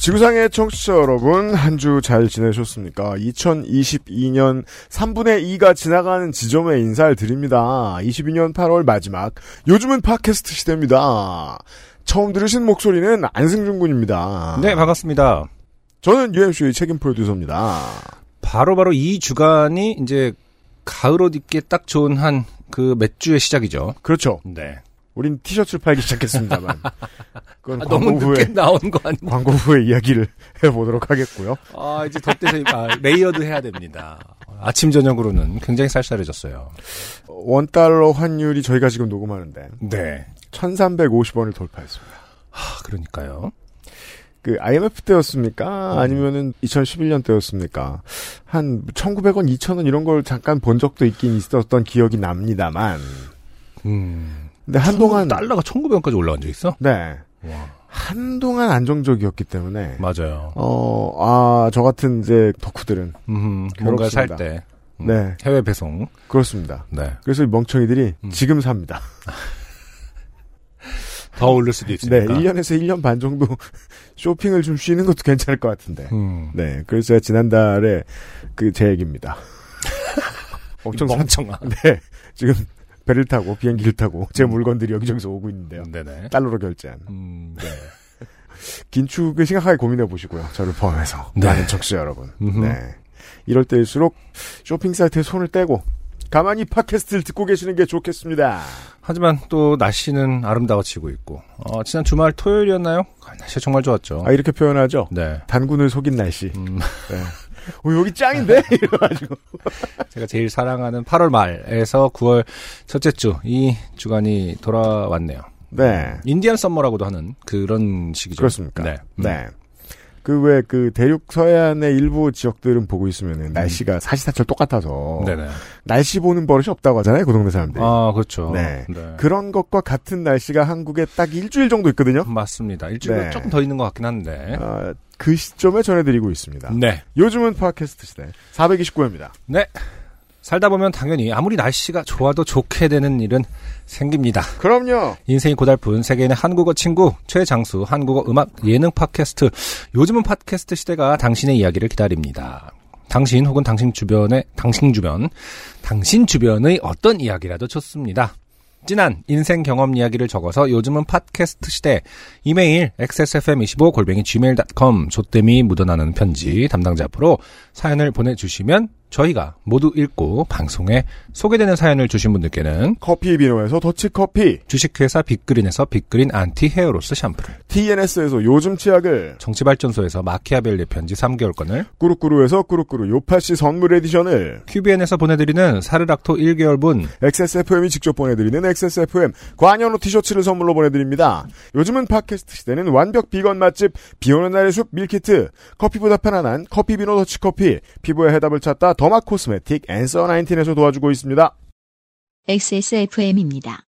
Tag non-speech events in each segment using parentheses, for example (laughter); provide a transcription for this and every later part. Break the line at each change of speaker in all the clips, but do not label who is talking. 지구상의 청취자 여러분, 한 주 잘 지내셨습니까? 2022년 3분의 2가 지나가는 지점에 인사를 드립니다. 22년 8월 마지막, 요즘은 팟캐스트 시대입니다. 처음 들으신 목소리는 안승준 군입니다.
네, 반갑습니다.
저는 UMC의 책임 프로듀서입니다.
바로바로 이 주간이 이제 가을옷 입기에 딱 좋은 한 그 몇 주의 시작이죠.
그렇죠.
네.
우린 티셔츠를 팔기 시작했습니다만. 그건
아,
광고
너무 늦게
후에,
나온 거 아니에요?
광고 후에 이야기를 (laughs) 해보도록 하겠고요.
아, 이제 덧대서 입- 아, 레이어드 해야 됩니다. 아침, 저녁으로는 굉장히 쌀쌀해졌어요.
원달러 환율이 저희가 지금 녹음하는데,
네.
1350원을 돌파했습니다.
아, 그러니까요.
그 IMF
음.
때였습니까? 아니면은 2011년 때였습니까? 한 1,900원, 2,000원 이런 걸 잠깐 본 적도 있긴 있었던 기억이 납니다만.
음.
근데 한동안
달러가 1900원까지 올라간 적 있어?
네.
와.
한동안 안정적이었기 때문에
맞아요.
어, 아, 저 같은 이제 덕후들은
음, 뭔가 살
그렇습니다.
때. 음,
네.
해외 배송.
그렇습니다.
네.
그래서 이 멍청이들이
음.
지금 삽니다.
더 오를 수도
네,
있으니까.
1년에서 1년 반 정도 (laughs) 쇼핑을 좀 쉬는 것도 괜찮을 것 같은데.
음.
네, 그래서 제가 지난달에 그 제 얘기입니다. 엄청 산
멍청한.
(laughs) 네, 지금 배를 타고 비행기를 타고
음.
제 물건들이 여기저기서 오고 있는데요.
네네.
달러로 결제한
음, 네.
긴축을 심각하게 고민해 보시고요. 저를 포함해서
네.
많은 청취자 여러분.
음흠.
네, 이럴 때일수록 쇼핑 사이트에 손을 떼고 가만히 팟캐스트를 듣고 계시는 게 좋겠습니다.
하지만 또 날씨는 아름다워지고 있고 어, 지난 주말 토요일이었나요? 아, 날씨 정말 좋았죠.
아 이렇게 표현하죠.
네.
단군을 속인 날씨.
음,
어, 여기
(laughs)
짱인데? 이래가지고.
제가 제일 사랑하는 8월 말에서 9월 첫째 주 이 주간이 돌아왔네요.
네.
인디안 썸머라고도 하는 그런 시기죠.
그렇습니까?
네. 음.
네. 그 왜 그 대륙 서해안의 일부 지역들은 보고 있으면 날씨가 사시사철 똑같아서
음. 네네.
날씨 보는 버릇이 없다고 하잖아요 그 어, 동네 사람들이.
아 그렇죠.
네. 그런 것과 같은 날씨가 한국에 딱 일주일 정도 있거든요.
맞습니다. 일주일
네.
조금 더 있는 것 같긴 한데.
아, 그 시점에 전해드리고 있습니다.
네.
요즘은 팟캐스트 시대 429회입니다.
살다 보면 당연히 아무리 날씨가 좋아도 좋게 되는 일은 생깁니다.
그럼요.
인생이 고달픈 세계인의 한국어 친구 최장수 한국어 음악 예능 팟캐스트 요즘은 팟캐스트 시대가 당신의 이야기를 기다립니다. 당신 혹은 당신 주변의 당신 주변 당신 주변의 어떤 이야기라도 좋습니다. 진한 인생 경험 이야기를 적어서 요즘은 팟캐스트 시대 이메일 xsfm25 골뱅이 gmail.com 조땜이 묻어나는 편지 담당자 앞으로 사연을 보내주시면 저희가 모두 읽고 방송에 소개되는 사연을 주신 분들께는
커피 비노에서 더치커피,
주식회사 빅그린에서 빅그린 안티 헤어로스 샴푸를
TNS에서 요즘 치약을,
정치발전소에서 마키아벨리 편지 3개월권을
꾸루꾸루에서 꾸루꾸루 요파시 선물 에디션을,
QBN에서 보내드리는 사르락토 1개월분
XSFM이 직접 보내드리는 XSFM 관현우 티셔츠를 선물로 보내드립니다. 요즘은 팟캐스트 시대는 완벽 비건 맛집 비오는 날의 숲 밀키트 커피보다 편안한 커피 비노 더치커피 피부의 해답을 찾다 더마 코스메틱 앤서 19에서 도와주고 있습니다.
XSFM입니다.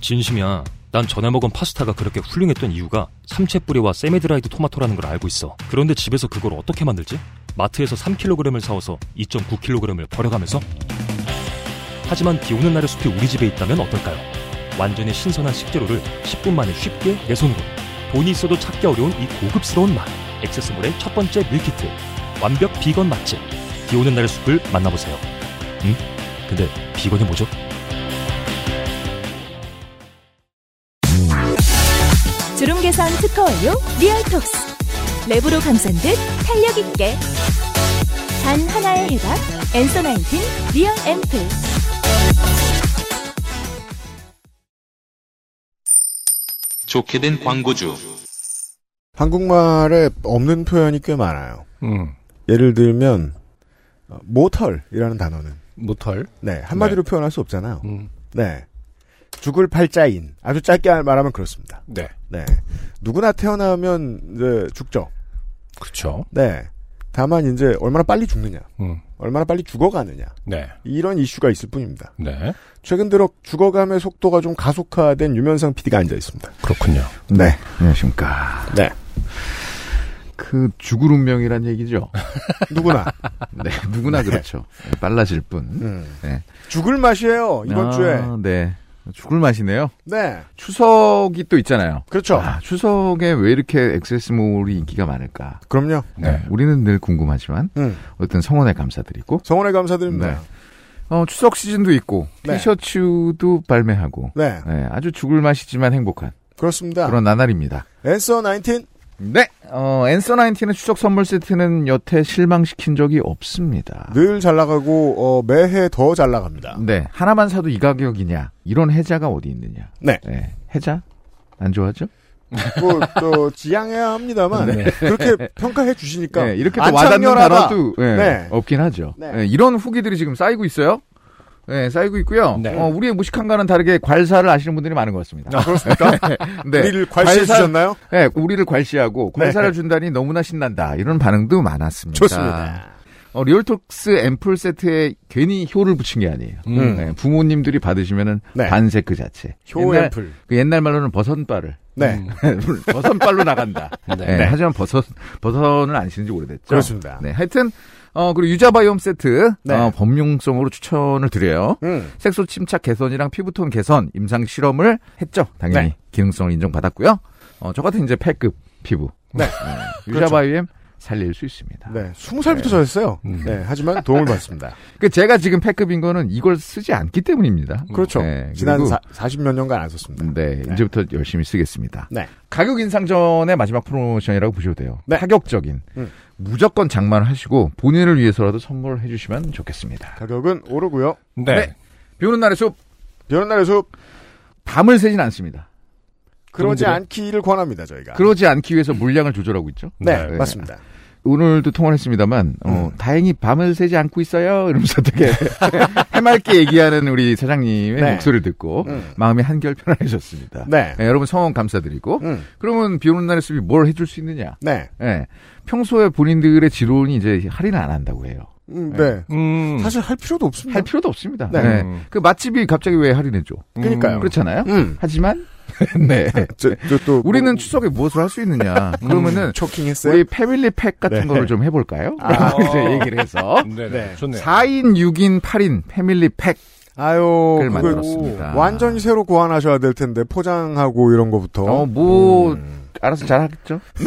진심이야. 난 전에 먹은 파스타가 그렇게 훌륭했던 이유가 삼채 뿌리와 세미드라이드 토마토라는 걸 알고 있어. 그런데 집에서 그걸 어떻게 만들지? 마트에서 3kg을 사와서 2.9kg을 버려가면서? 하지만 비 오는 날의 숲이 우리 집에 있다면 어떨까요? 완전히 신선한 식재료를 10분 만에 쉽게 내 손으로. 돈이 있어도 찾기 어려운 이 고급스러운 맛. 액세스몰의 첫 번째 밀키트. 완벽 비건 맛집. 비 오는 날의 숲을 만나보세요. 음? 근데 비건이 뭐죠?
주름 개선 특허 완료 리얼톡스 랩으로 감싼 듯 탄력 있게 단 하나의 해답 엔서 나인틴 리얼 앰플
좋게 된 광고주.
한국말에 없는 표현이 꽤 많아요.
음,
예를 들면 어, 모털이라는 단어는
모털
네 한마디로 표현할 수 없잖아요.
음,
네 죽을 팔자인 아주 짧게 말하면 그렇습니다.
네.
네 누구나 태어나면 이제 죽죠.
그렇죠.
네. 다만 이제 얼마나 빨리 죽느냐,
음.
얼마나 빨리 죽어가느냐
네.
이런 이슈가 있을 뿐입니다.
네.
최근 들어 죽어감의 속도가 좀 가속화된 유면상 PD가 앉아 있습니다.
그렇군요.
네.
안녕하십니까.
네.
그 죽을 운명이란 얘기죠. (laughs)
누구나
네, 누구나 그렇죠. 네, 빨라질 뿐.
음.
네.
죽을 맛이에요 이번
아,
주에.
네. 죽을 맛이네요.
네.
추석이 또 있잖아요.
그렇죠.
아, 추석에 왜 이렇게 액세스몰이 인기가 많을까?
그럼요.
네.
우리는 늘 궁금하지만
음.
어떤 성원에 감사드리고
성원에 감사드립니다.
어, 추석 시즌도 있고
네.
티셔츠도 발매하고
네.
네, 아주 죽을 맛이지만 행복한
그렇습니다.
그런 나날입니다.
앤서 19.
네, 어, 앤서 나인틴의 추석 선물 세트는 여태 실망시킨 적이 없습니다.
늘 잘 나가고 어, 매해 더 잘 나갑니다.
네, 하나만 사도 이 가격이냐? 이런 해자가 어디 있느냐?
네.
해자 안 좋아하죠?
뭐또 지양해야 합니다만 그렇게 평가해 주시니까
네, 이렇게 또
그러니까 안
와닿는
창렬하다.
단어도 예,
네.
없긴 하죠.
네.
예, 이런 후기들이 지금 쌓이고 있어요. 예, 쌓이고 있고요.
네.
어, 우리의 무식함과는 다르게 괄사를 아시는 분들이 많은 것 같습니다. 그렇습니까? (laughs) 네.
아, 우리를 괄시해
괄사-
주셨나요? 네.
네, 우리를 괄시하고 괄사를 준다니 너무나 신난다. 이런 반응도 많았습니다.
좋습니다.
어, 리얼톡스 앰플 세트에 괜히 효를 붙인 게 아니에요.
음.
네, 부모님들이 받으시면은
네.
반색 그 자체.
효
옛날- 음,
앰플.
그 옛날 말로는 버선발을
네.
버선발로 나간다. 네,
네.
하지만 버선 버선을 안 신지 오래됐죠.
그렇습니다.
네, 하여튼 어 그리고 유자바이옴 세트
네.
어, 범용성으로 추천을 드려요.
음.
색소 침착 개선이랑 피부톤 개선 임상 실험을 했죠. 당연히
네.
기능성을 인정받았고요. 어, 저 같은 이제 폐급 피부.
(laughs) 네.
유자바이옴 살릴 수 있습니다.
네. 스무 살부터 저였어요.
음.
네. 하지만 도움을 (laughs) 받습니다.
그 제가 지금 폐급인 거는 이걸 쓰지 않기 때문입니다.
그렇죠.
네,
지난
그리고-
40 몇 년간 안 썼습니다.
네, 이제부터 열심히 쓰겠습니다.
네.
가격 인상 전의 마지막 프로모션이라고 보셔도 돼요.
네.
파격적인.
음.
무조건 장만하시고 본인을 위해서라도 선물을 해주시면 좋겠습니다.
가격은 오르고요.
네.
네. 비 오는 날의 숲,
여느 날의 숲
밤을 새진 않습니다.
그러지
그분들은-
않기를 권합니다 저희가.
그러지 않기 위해서 물량을 조절하고 있죠.
아. 네,
네.
맞습니다. 음.
오늘도 통화를 했습니다만, 어, 다행히 밤을 새지 않고 있어요. 이러면서 되게 (laughs) 해맑게 얘기하는 우리 사장님의
네.
목소리를 듣고
음.
마음이 한결 편안해졌습니다.
네.
네, 여러분 성원 감사드리고,
음.
그러면 비 오는 날의 숲이 뭘 해줄 수 있느냐?
네.
예. 평소에 본인들의 지론이 이제 할인을 안 한다고 해요.
음, 네.
음.
사실 할 필요도 없습니다.
할 필요도 없습니다.
네.
예. 그 맛집이 갑자기 왜 할인해줘?
그러니까요.
그렇잖아요.
음.
하지만 (laughs) 네.
저, 저 또.
우리는
뭐-
추석에 무엇을 할 수 있느냐? 그러면은
초킹 했어요?
우리 패밀리 팩 같은
음. 네.
거를 좀 해볼까요?
아.
이제 얘기를 해서
네.
(laughs) 네.
좋네요.
4인, 6인, 8인 패밀리 팩.
아유,
글
그걸
만들었습니다.
완전히 새로 고안하셔야 될 텐데, 포장하고 이런 거부터.
어, 뭐
음.
알아서 잘 하겠죠?
(laughs)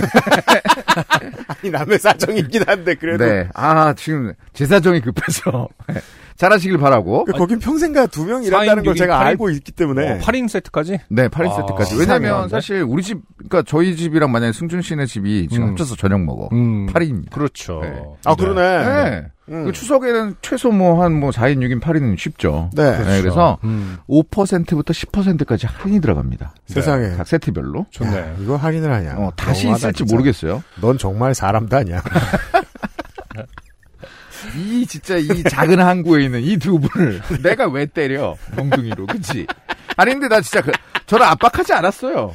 아니, 남의 사정이긴 한데, 그래도.
네. 아 지금 제 사정이 급해서 (laughs) 네. 잘하시길 바라고.
그 거긴 평생가 두 명 일한다는
사인
걸 제가
육인
알고 있기 때문에.
어, 8인 세트까지?
네, 8인
아,
세트까지.
세상에.
왜냐면 사실 우리 집, 그러니까 저희 집이랑 만약에 승준 씨네 집이 지금
음.
합쳐서 저녁 먹어.
음.
8인입니다.
그렇죠.
네.
아, 그러네.
네.
음.
그 추석에는 최소 뭐 한 뭐 4인, 6인, 8인은 쉽죠.
네.
네, 그래서
음.
5%부터 10%까지 할인이 들어갑니다. 네,
세상에.
각 세트별로.
야,
좋네.
이거 할인을 하냐.
어, 다시
너무하다,
있을지
진짜.
모르겠어요.
넌 정말 사람도
(laughs)
아니야.
이 진짜 이 작은 항구에 있는 이 두 분을 내가 왜 때려 엉덩이로 그치 아니 근데 나 진짜 그, 저를 압박하지 않았어요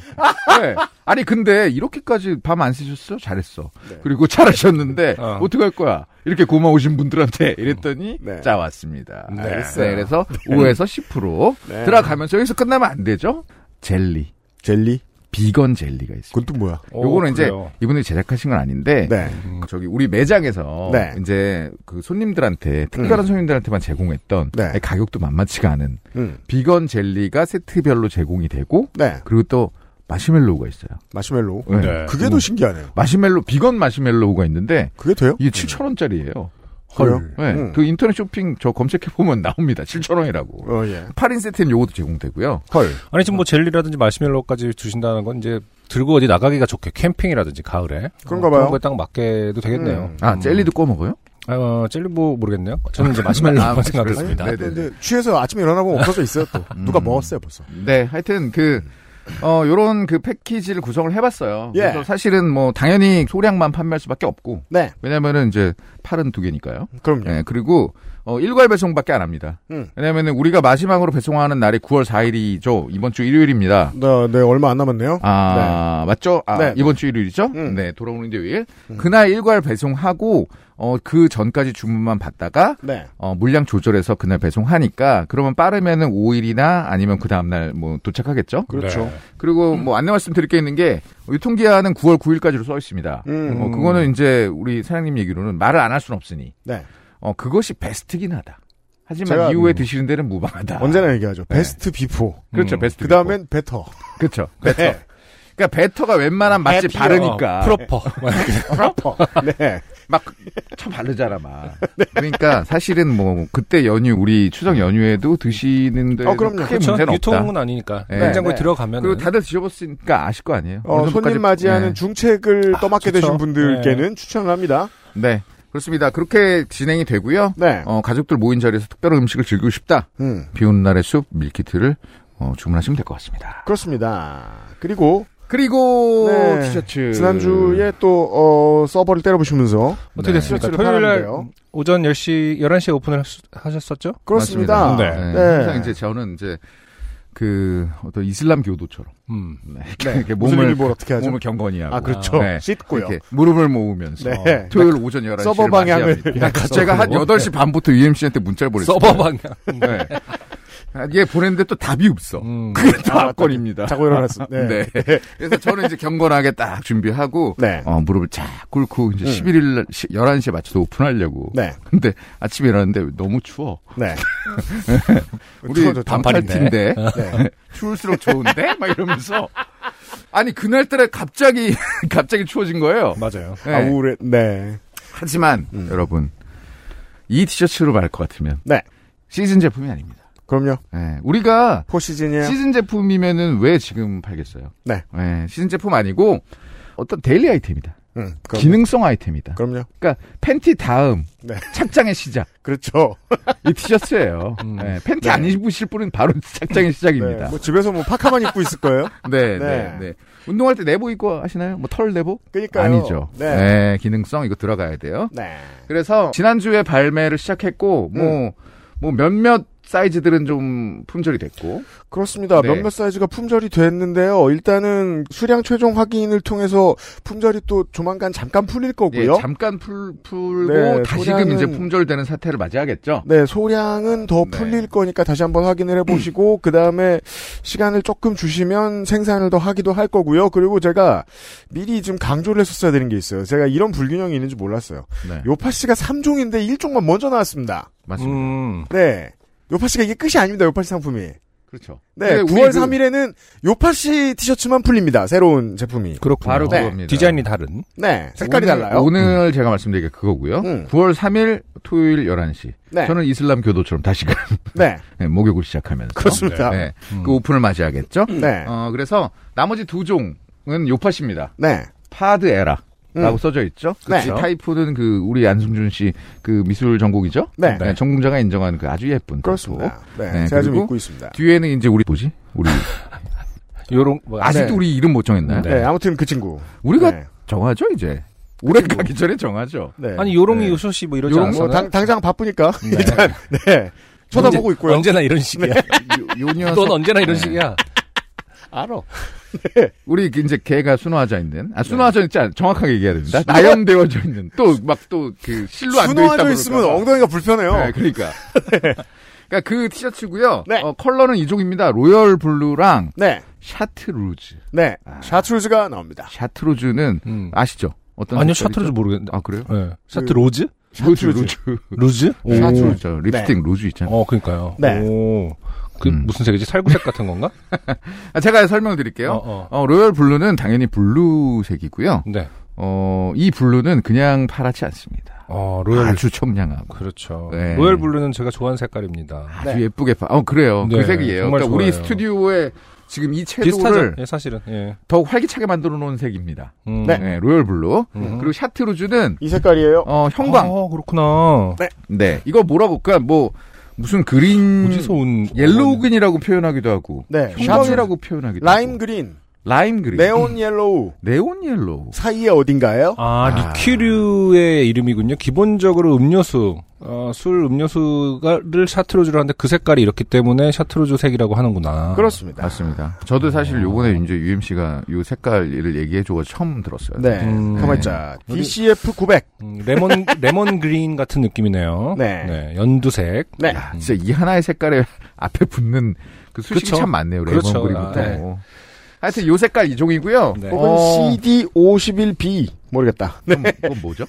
네. 아니 근데 이렇게까지 밤 안 쓰셨어 잘했어 그리고 잘하셨는데
어.
어. 떻게할 거야 이렇게 고마우신 분들한테 이랬더니
네.
짜왔습니다
네.
알겠어요. 네, 그래서 5에서 10%
네.
들어가면서 여기서 끝나면 안 되죠 젤리
젤리?
비건 젤리가 있습니다
그건 또 뭐야?
오,
요거는 이제
그래요.
이분들이 제작하신 건 아닌데
네.
음, 저기 우리 매장에서
네. 음.
이제 그 손님들한테 특별한 손님들한테만 제공했던
네.
가격도 만만치가 않은
음.
비건 젤리가 세트별로 제공이 되고
네.
그리고 또 마시멜로우가 있어요.
마시멜로우.
네.
네.
그게 더 신기하네요.
마시멜로 비건 마시멜로우가 있는데
그게 돼요?
이게 7천 원짜리예요.
그래요? 음.
그 인터넷 쇼핑 저 검색해 보면 나옵니다. 7천 원이라고.
어, 예.
8인 세트는 요것도 제공되고요.
헐.
아니 지금 뭐 젤리라든지 마시멜로까지 주신다는 건 이제 들고 어디 나가기가 좋게 캠핑이라든지 가을에
그런가
어,
봐요.
그런 거에 딱 맞게도 되겠네요.
음.
아
음.
젤리도 꺼 먹어요?
아, 어, 젤리 뭐 모르겠네요. 저는 이제 마시멜로만
아,
생각했습니다.
네,
또
네, 네.
이제 취해서 아침에 일어나 보면 없어져 있어요, 또. 누가 먹었어요, 벌써.
네, 하여튼 그 어, 요런 그 패키지를 구성을 해봤어요.
예.
그래서 사실은 뭐 당연히 소량만 판매할 수밖에 없고
네,
왜냐면은 이제 팔은 두 개니까요.
그럼요.
예, 그리고 어, 일괄 배송밖에 안 합니다.
네. 음.
왜냐면은 우리가 마지막으로 배송하는 날이 9월 4일이죠. 이번 주 일요일입니다.
네, 네, 얼마 안 남았네요.
아, 맞죠? 아,
네.
이번 주 일요일이죠?
음.
네, 돌아오는 일요일. 그날 일괄 배송하고, 어, 그 전까지 주문만 받다가,
네,
어, 물량 조절해서 그날 배송하니까, 그러면 빠르면은 5일이나 아니면 그 다음날 뭐 도착하겠죠?
그렇죠.
그리고 뭐 안내 말씀 드릴 게 있는 게, 유통기한은 9월 9일까지로 써 있습니다.
음.
어, 그거는 이제 우리 사장님 얘기로는 말을 안 할 순 없으니,
네.
어, 그것이 베스트긴 하다. 하지만
제가,
이후에
음.
드시는 데는 무방하다.
언제나 얘기하죠.
네.
베스트 비포.
그렇죠,
음.
베스트.
그 다음엔 베터.
비포. 그렇죠. 베터. 그러니까 베터가 웬만한 맛집
네. 해피어.
바르니까.
프로퍼.
프라퍼. 네.
(laughs) 막참 바르잖아 막. 그러니까 사실은 뭐 그때 연휴 우리 추석 연휴에도 드시는데
어, 그럼요.
크게
그렇죠.
문제는
유통은
없다.
아니니까
네.
냉장고에
네.
들어가면
그리고 다들 드셔봤으니까 아실 거 아니에요.
어,
어느 정도까지-
손님 맞이하는
네.
중책을 떠맡게
좋죠.
되신 분들께는 추천을 합니다.
네. 그렇습니다. 그렇게 진행이 되고요.
네.
어, 가족들 모인 자리에서 특별한 음식을 즐기고 싶다.
음,
비오는 날의 숲 밀키트를 어, 주문하시면 될 것 같습니다.
그렇습니다. 그리고
그리고
네.
티셔츠
지난주에 또 어, 서버를 때려보시면서
어떻게
네.
됐습니까?
티셔츠를
토요일 날
팔았는데요.
오전 10시 11시에 오픈을 하셨- 하셨었죠?
그렇습니다.
맞습니다.
네.
네.
네.
항상 이제 저는 이제 그 어떤 이슬람 교도처럼
음.
네. (laughs) 이렇게
무슨
몸을
일이 뭘 어떻게 하죠?
몸을 경건히 하고
아 그렇죠.
네.
씻고요.
이렇게 무릎을 모으면서
네.
어, 토요일 오전 11시
서버 방향을
제가 한 8시 반부터 UMC한테 문자를 보냈어요.
서버 방향.
네. 아, 얘 보냈는데 또 답이 없어.
음.
그게 다
아,
악권입니다.
자고 일어났어. 네.
네. 그래서 저는 이제 경건하게 딱 준비하고
네. 음.
어, 무릎을 쫙 꿇고 이제 11일 날 11시에 맞춰서 오픈하려고.
네.
근데 아침에 일어났는데 너무 추워.
네.
우리
추워졌죠.
반팔티인데
네.
추울수록 좋은데 막 이러면서 아니 그날따라 갑자기 (laughs) 갑자기 추워진 거예요.
맞아요.
네.
아, 우울해. 음. 네.
하지만 여러분 이 티셔츠로 말할 것 같으면
네.
시즌 제품이 아닙니다.
그럼요.
예, 우리가
포시즌이에요.
시즌 제품이면은 왜 지금 팔겠어요?
네.
예, 시즌 제품 아니고 어떤 데일리 아이템이다.
음, 그럼,
기능성 아이템이다. 그
그럼요.
러니까 팬티 다음
네. (laughs)
착장의 시작
그렇죠.
이 티셔츠예요. 예, 팬티 안 입으실 분은 바로
음.
착장의
네.
시작입니다.
뭐 집에서 뭐 파카만 입고 있을 거예요.
네, 네,
네.
네, 운동할 때 내복 입고 하시나요? 뭐 털 내복?
그러니까요.
아니죠.
네.
네, 기능성 이거 들어가야 돼요.
네. 음.
그래서 지난주에 발매를 시작했고 뭐 뭐 몇몇 사이즈들은 좀 품절이 됐고
그렇습니다.
네.
몇몇 사이즈가 품절이 됐는데요. 일단은 수량 최종 확인을 통해서 품절이 또 조만간 잠깐 풀릴
예,
거고요.
잠깐 풀 풀고
네,
다시금
소량은-
이제 품절되는 사태를 맞이하겠죠.
네, 소량은 더
네.
풀릴 거니까 다시 한번 확인을
(clears throat)
해보시고, 그 다음에 시간을 조금 주시면 생산을 더 하기도 할 거고요. 그리고 제가 미리 좀 강조를 했었어야 되는 게 있어요. 제가 이런 불균형이 있는지 몰랐어요.
네,
요파 씨가 3종인데 1종만 먼저 나왔습니다.
맞습니다.
음.
네. 요파 씨가 이게 끝이 아닙니다, 요파 씨 상품이.
그렇죠.
네,
근데
9월
우리 그-
3일에는 요파 씨 티셔츠만 풀립니다, 새로운 제품이.
그렇군요.
바로
네.
그겁니다.
디자인이 다른.
네, 색깔이
오늘-
달라요.
오늘 제가 말씀드린 게 그거고요.
음.
9월 3일 토요일 11시.
네.
저는 이슬람 교도처럼 다시금 (laughs)
네,
네, 목욕을 시작하면서
그렇습니다. 네.
네, 그 오픈을 맞이하겠죠.
네.
어, 그래서 나머지 두 종은 요팟입니다.
네.
파드 에라라고
음.
써져 있죠.
네.
이 타이푸는 그 우리 안승준 씨 그 미술 전공이죠.
네.
전공자가 인정하는 그 아주 예쁜
그렇습니다.
타이프.
네,
네,
제가 좀
그리고
입고 있습니다.
뒤에는 이제 우리 뭐지? 우리
요런 뭐
아직도
네.
우리 이름 못 정했나요?
네, 아무튼 그 친구.
우리가
네.
정하죠 이제. 올해 가기 전에 정하죠.
네.
아니 요롱이
네.
요쇼시 뭐 이러지
요롱
않았어요?
뭐 당, 당장 바쁘니까 일단 네 쳐다보고
언제-
있고요.
언제나 이런 식이야.
요, 요 녀석
넌 언제나 이런 식이야.
알아.
우리 그 이제 걔가 순화하자 있는
네.
아 순화하자 있지 않 정확하게 얘기해야 됩니다. 나염되어져 있는 또 막 또 그 실로 안돼 있다
순화하져 있으면
그럴까 봐.
엉덩이가 불편해요.
네, 그러니까. (laughs) 그러니까 그 티셔츠고요.
네.
어, 컬러는 이종입니다. 로열 블루랑
네,
샤트루즈.
네.
아.
샤트루즈가 나옵니다.
샤트루즈는
음.
아시죠? 어떤
아니요
색깔이죠?
샤트로즈 모르겠는데.
아 그래요?
네. 샤트 로즈?
루즈 루즈.
루즈? 오. 네.
샤트루즈 립스틱 루즈 있잖아요.
어 그러니까요.
네.
오. 그
음.
무슨 색이지? 살구색 같은 건가?
아, 제가 설명드릴게요.
어, 어.
어, 로열 블루는 당연히 블루색이고요.
네.
어, 이 블루는 그냥 파랗지 않습니다.
어 로열
아주 청량하고
그렇죠.
네.
로열 블루는 제가 좋아하는 색깔입니다.
아주 예쁘게 파. 어 그래요.
네,
그 색이에요.
정말
그러니까 우리
좋아요.
스튜디오에 지금 이 채도를
비슷하죠? 예, 사실은. 예.
더욱 활기차게 만들어 놓은 색입니다.
음.
네. 음.
네, 로열 블루. 그리고 샤트루즈는
이 색깔이에요.
어, 형광.
아, 그렇구나.
네. 이거 뭐라고 그러니까 뭐 무슨 그린
음.
어디서 온
옐로우그린이라고 표현하기도 하고
네.
샵이라고 표현하기도
라임
하고
그린,
라임 그린
네온 예- 옐로우
네온 옐로우
사이에 어딘가요?
아, 리큐류의 이름이군요. 기본적으로 음료수, 어, 술 음료수를 샤트로즈를 하는데 그 색깔이 이렇기 때문에 샤트로즈 색이라고 하는구나.
그렇습니다.
맞습니다. 저도 사실 요번에 이제 UMC가 요 색깔을 얘기해줘서 처음 들었어요.
네.
음.
가만 있자. DCF 900.
음, 레몬, (laughs) 레몬 그린 같은 느낌이네요.
네.
연두색.
네.
야, 아, 진짜 이 하나의 색깔에 (laughs) 앞에 붙는 그 수식이
그쵸.
참 많네요. 레몬
그렇죠.
그리고
아,
또.
네.
하여튼 요 색깔 이종이고요. 어,
네.
혹은 CD51B. 모르겠다. 네.
그럼 이건 뭐죠?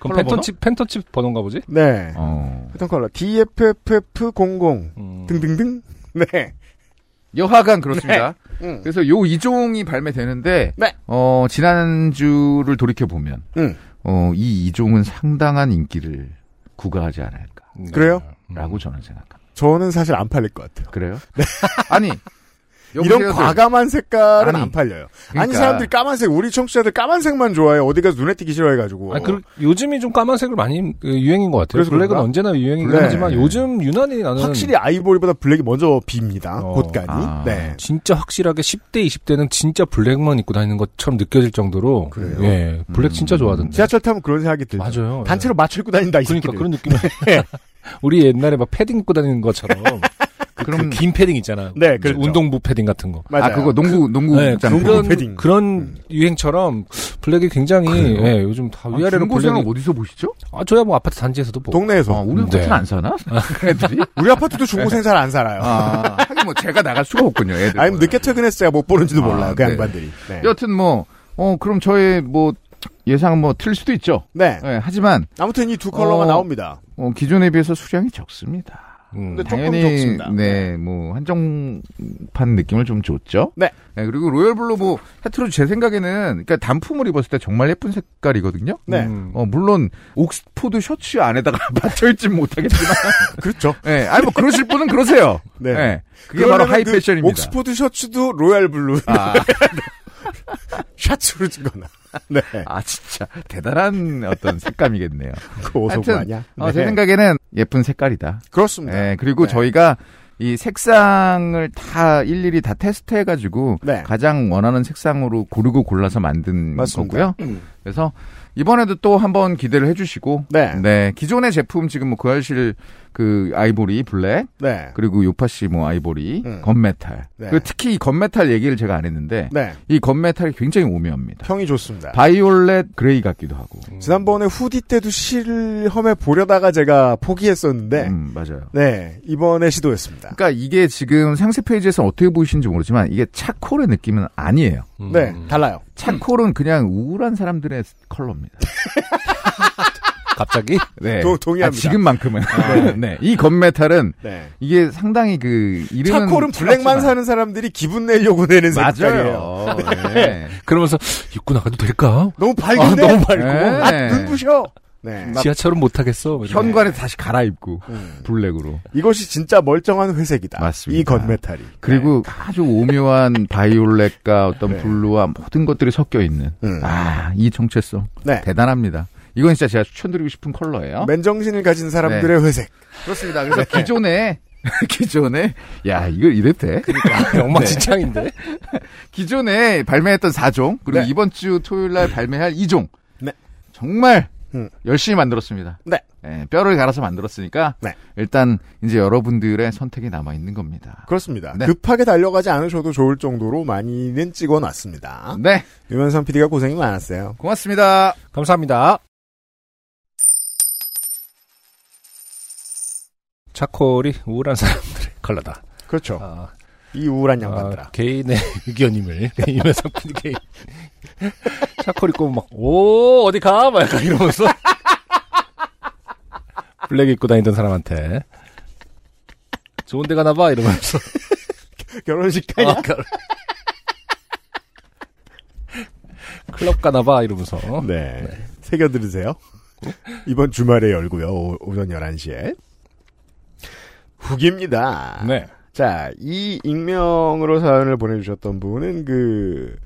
그럼
컬러 번호?
펜턴칩, 펜턴칩 번호인가 보지?
네.
어.
패턴 컬러. DFFF00.
음,
등등등. 네.
여하간 그렇습니다.
음.
그래서 요 이종이 발매되는데
네.
어, 지난주를 돌이켜 보면
음.
어, 이 이종은 상당한 인기를 구가하지 않을까라고
네.
그래요?
음.
저는 생각합니다.
저는 사실 안 팔릴 것 같아요.
그래요?
(laughs)
아니
이런 과감한 색깔은
아니,
안 팔려요. 아니
그러니까.
사람들이 까만색 우리 청취자들 까만색만 좋아해 요 어디 가서 눈에 띄기 싫어해가지고.
아, 그, 요즘이 좀 까만색을 많이 어, 유행인 것 같아요.
그래서
블랙은
그런가?
언제나 유행이긴
블랙. 네.
하지만 요즘 유난히 나는
확실히 아이보리보다 블랙이 먼저 빕니다.
어.
곳간이.
아.
네.
진짜 확실하게 10대, 20대는 진짜 블랙만 입고 다니는 것처럼 느껴질 정도로
그래요?
예, 블랙 진짜 좋아하던데.
지하철 타면 그런 생각이 들죠.
맞아요.
단체로 맞춰 입고 다닌다 이
그러니까
새끼들.
그런 느낌.
(laughs)
우리 옛날에 막 패딩 입고 다니는 것처럼
그럼
긴 패딩 있잖아요.
음. 네, 그렇죠.
운동부 패딩 같은 거.
아
맞아요.
그거 농구 농구
네,
짬뽕.
그런
패딩. 음.
그런 유행처럼 블랙이 굉장히
그래요?
예, 요즘 다
아,
위아래로
중고생은
블랙이
어디서 보시죠?
아 저야 뭐 아파트 단지에서도 보고.
동네에서
아, 우리
네. 아.
같은 안 사나? (laughs) 애들이?
(laughs)
우리 아파트도 중고생 잘 안 살아요. 아.
아, 하긴 뭐 제가 나갈 수가 없군요. 애들.
니면 늦게 퇴근해서 제가 못 보는지도
아,
몰라요. 그
네.
양반들이. 네.
여튼 뭐, 어, 그럼 저의 뭐, 예상 뭐, 틀릴 수도 있죠.
네.
예, 하지만,
아무튼 이 두 컬러가
어.
나옵니다.
어, 기존에 비해서 수량이 적습니다.
음.
근데 조금
당연히,
적습니다.
네, 뭐, 한정판 느낌을 좀 줬죠.
네.
예, 그리고 로열블루 뭐, 헤트로 제 생각에는, 그니까 단품을 입었을 때 정말 예쁜 색깔이거든요.
네.
음.
어, 물론, 옥스포드 셔츠 안에다가 (laughs)
(laughs)
맞춰있진 못하겠지만,
그렇죠.
예, 아니 뭐, 그러실 분은 그러세요.
네.
예, 그게 바로 하이
그
패션입니다.
옥스포드 셔츠도 로얄 블루
아,
셔츠로 찍거나. (laughs) 네.
아, 진짜. 대단한 어떤 색감이겠네요.
그거 어서
하여튼,
아니야. 네.
어, 제 생각에는 예쁜 색깔이다.
그렇습니다.
네, 그리고
네.
저희가 이 색상을 다 일일이 다 테스트해가지고
네.
가장 원하는 색상으로 고르고 골라서 만든
맞습니다. 음.
거고요. 음, 그래서 이번에도 또 한번 기대를 해주시고
네.
기존의 제품 지금 뭐 그알실 그 아이보리 블랙
네.
그리고 요파시 뭐 아이보리
음.
건메탈
네.
그리고 특히 이 건메탈 얘기를 제가 안 했는데
네.
이 건메탈이 굉장히 오묘합니다.
평이 좋습니다.
바이올렛 그레이 같기도 하고
지난번에 후디 때도 실험해 보려다가 제가 포기했었는데,
음, 맞아요.
네, 이번에 시도했습니다.
그러니까 이게 지금 상세 페이지에서 어떻게 보이시는지 모르지만 이게 차콜의 느낌은 아니에요.
음.
네, 달라요.
차콜은 그냥 우울한 사람들의 컬러입니다.
갑자기
네.
동- 동의합니다.
아, 지금만큼은. 네. 이 건메탈은
네.
이게 상당히 그 이름은
차콜은 블랙만 사는 사람들이 기분 내려고 내는 색깔이에요.
맞아요. 네.
그러면서 입고 나가도 될까?
너무 밝은데?
아, 너무 밝고.
아,
네.
눈부셔. 네.
지하철은 못 하겠어.
현관에 다시 갈아입고
음.
블랙으로.
이것이 진짜 멀쩡한 회색이다.
맞습니다.
이 건메탈이.
그리고 아주 오묘한 바이올렛과 어떤
네.
블루와 모든 것들이 섞여 있는
음.
아, 이 정체성
네.
대단합니다. 이건 진짜 제가 추천드리고 싶은 컬러예요.
맨정신을 가진 사람들의 회색.
네.
네.
그렇습니다. 그래서 기존에 (laughs) 기존에 야 이걸 이랬대.
아,
(laughs) 네.
엉망진창인데.
기존에 발매했던 4종 그리고
네.
이번 주 토요일 날 발매할 2종.
네.
정말
음.
열심히 만들었습니다.
네.
예, 뼈를 갈아서 만들었으니까
네.
일단 이제 여러분들의 선택이 남아 있는 겁니다.
그렇습니다.
네.
급하게 달려가지 않으셔도 좋을 정도로 많이는 찍어놨습니다.
네,
유면선 PD가 고생이 많았어요.
고맙습니다.
감사합니다. 차콜이 우울한 사람들의 컬러다.
그렇죠.
아,
이 우울한
아,
양반들아.
개인의 (laughs) 의견임을 이면서 개인. 차콜 입고 막 오 어디 가? 막 약간 이러면서 (laughs) 블랙 입고 다니던 사람한테 좋은 데 가나 봐 (laughs) 이러면서
결혼식 가냐?
아, 그걸. 클럽 가나 봐 이러면서
네. 새겨 들으세요. 이번 주말에 열고요. 오- 오전 11시에. 후기입니다.
네.
자, 이 익명으로 사연을 보내주셨던 분은 그,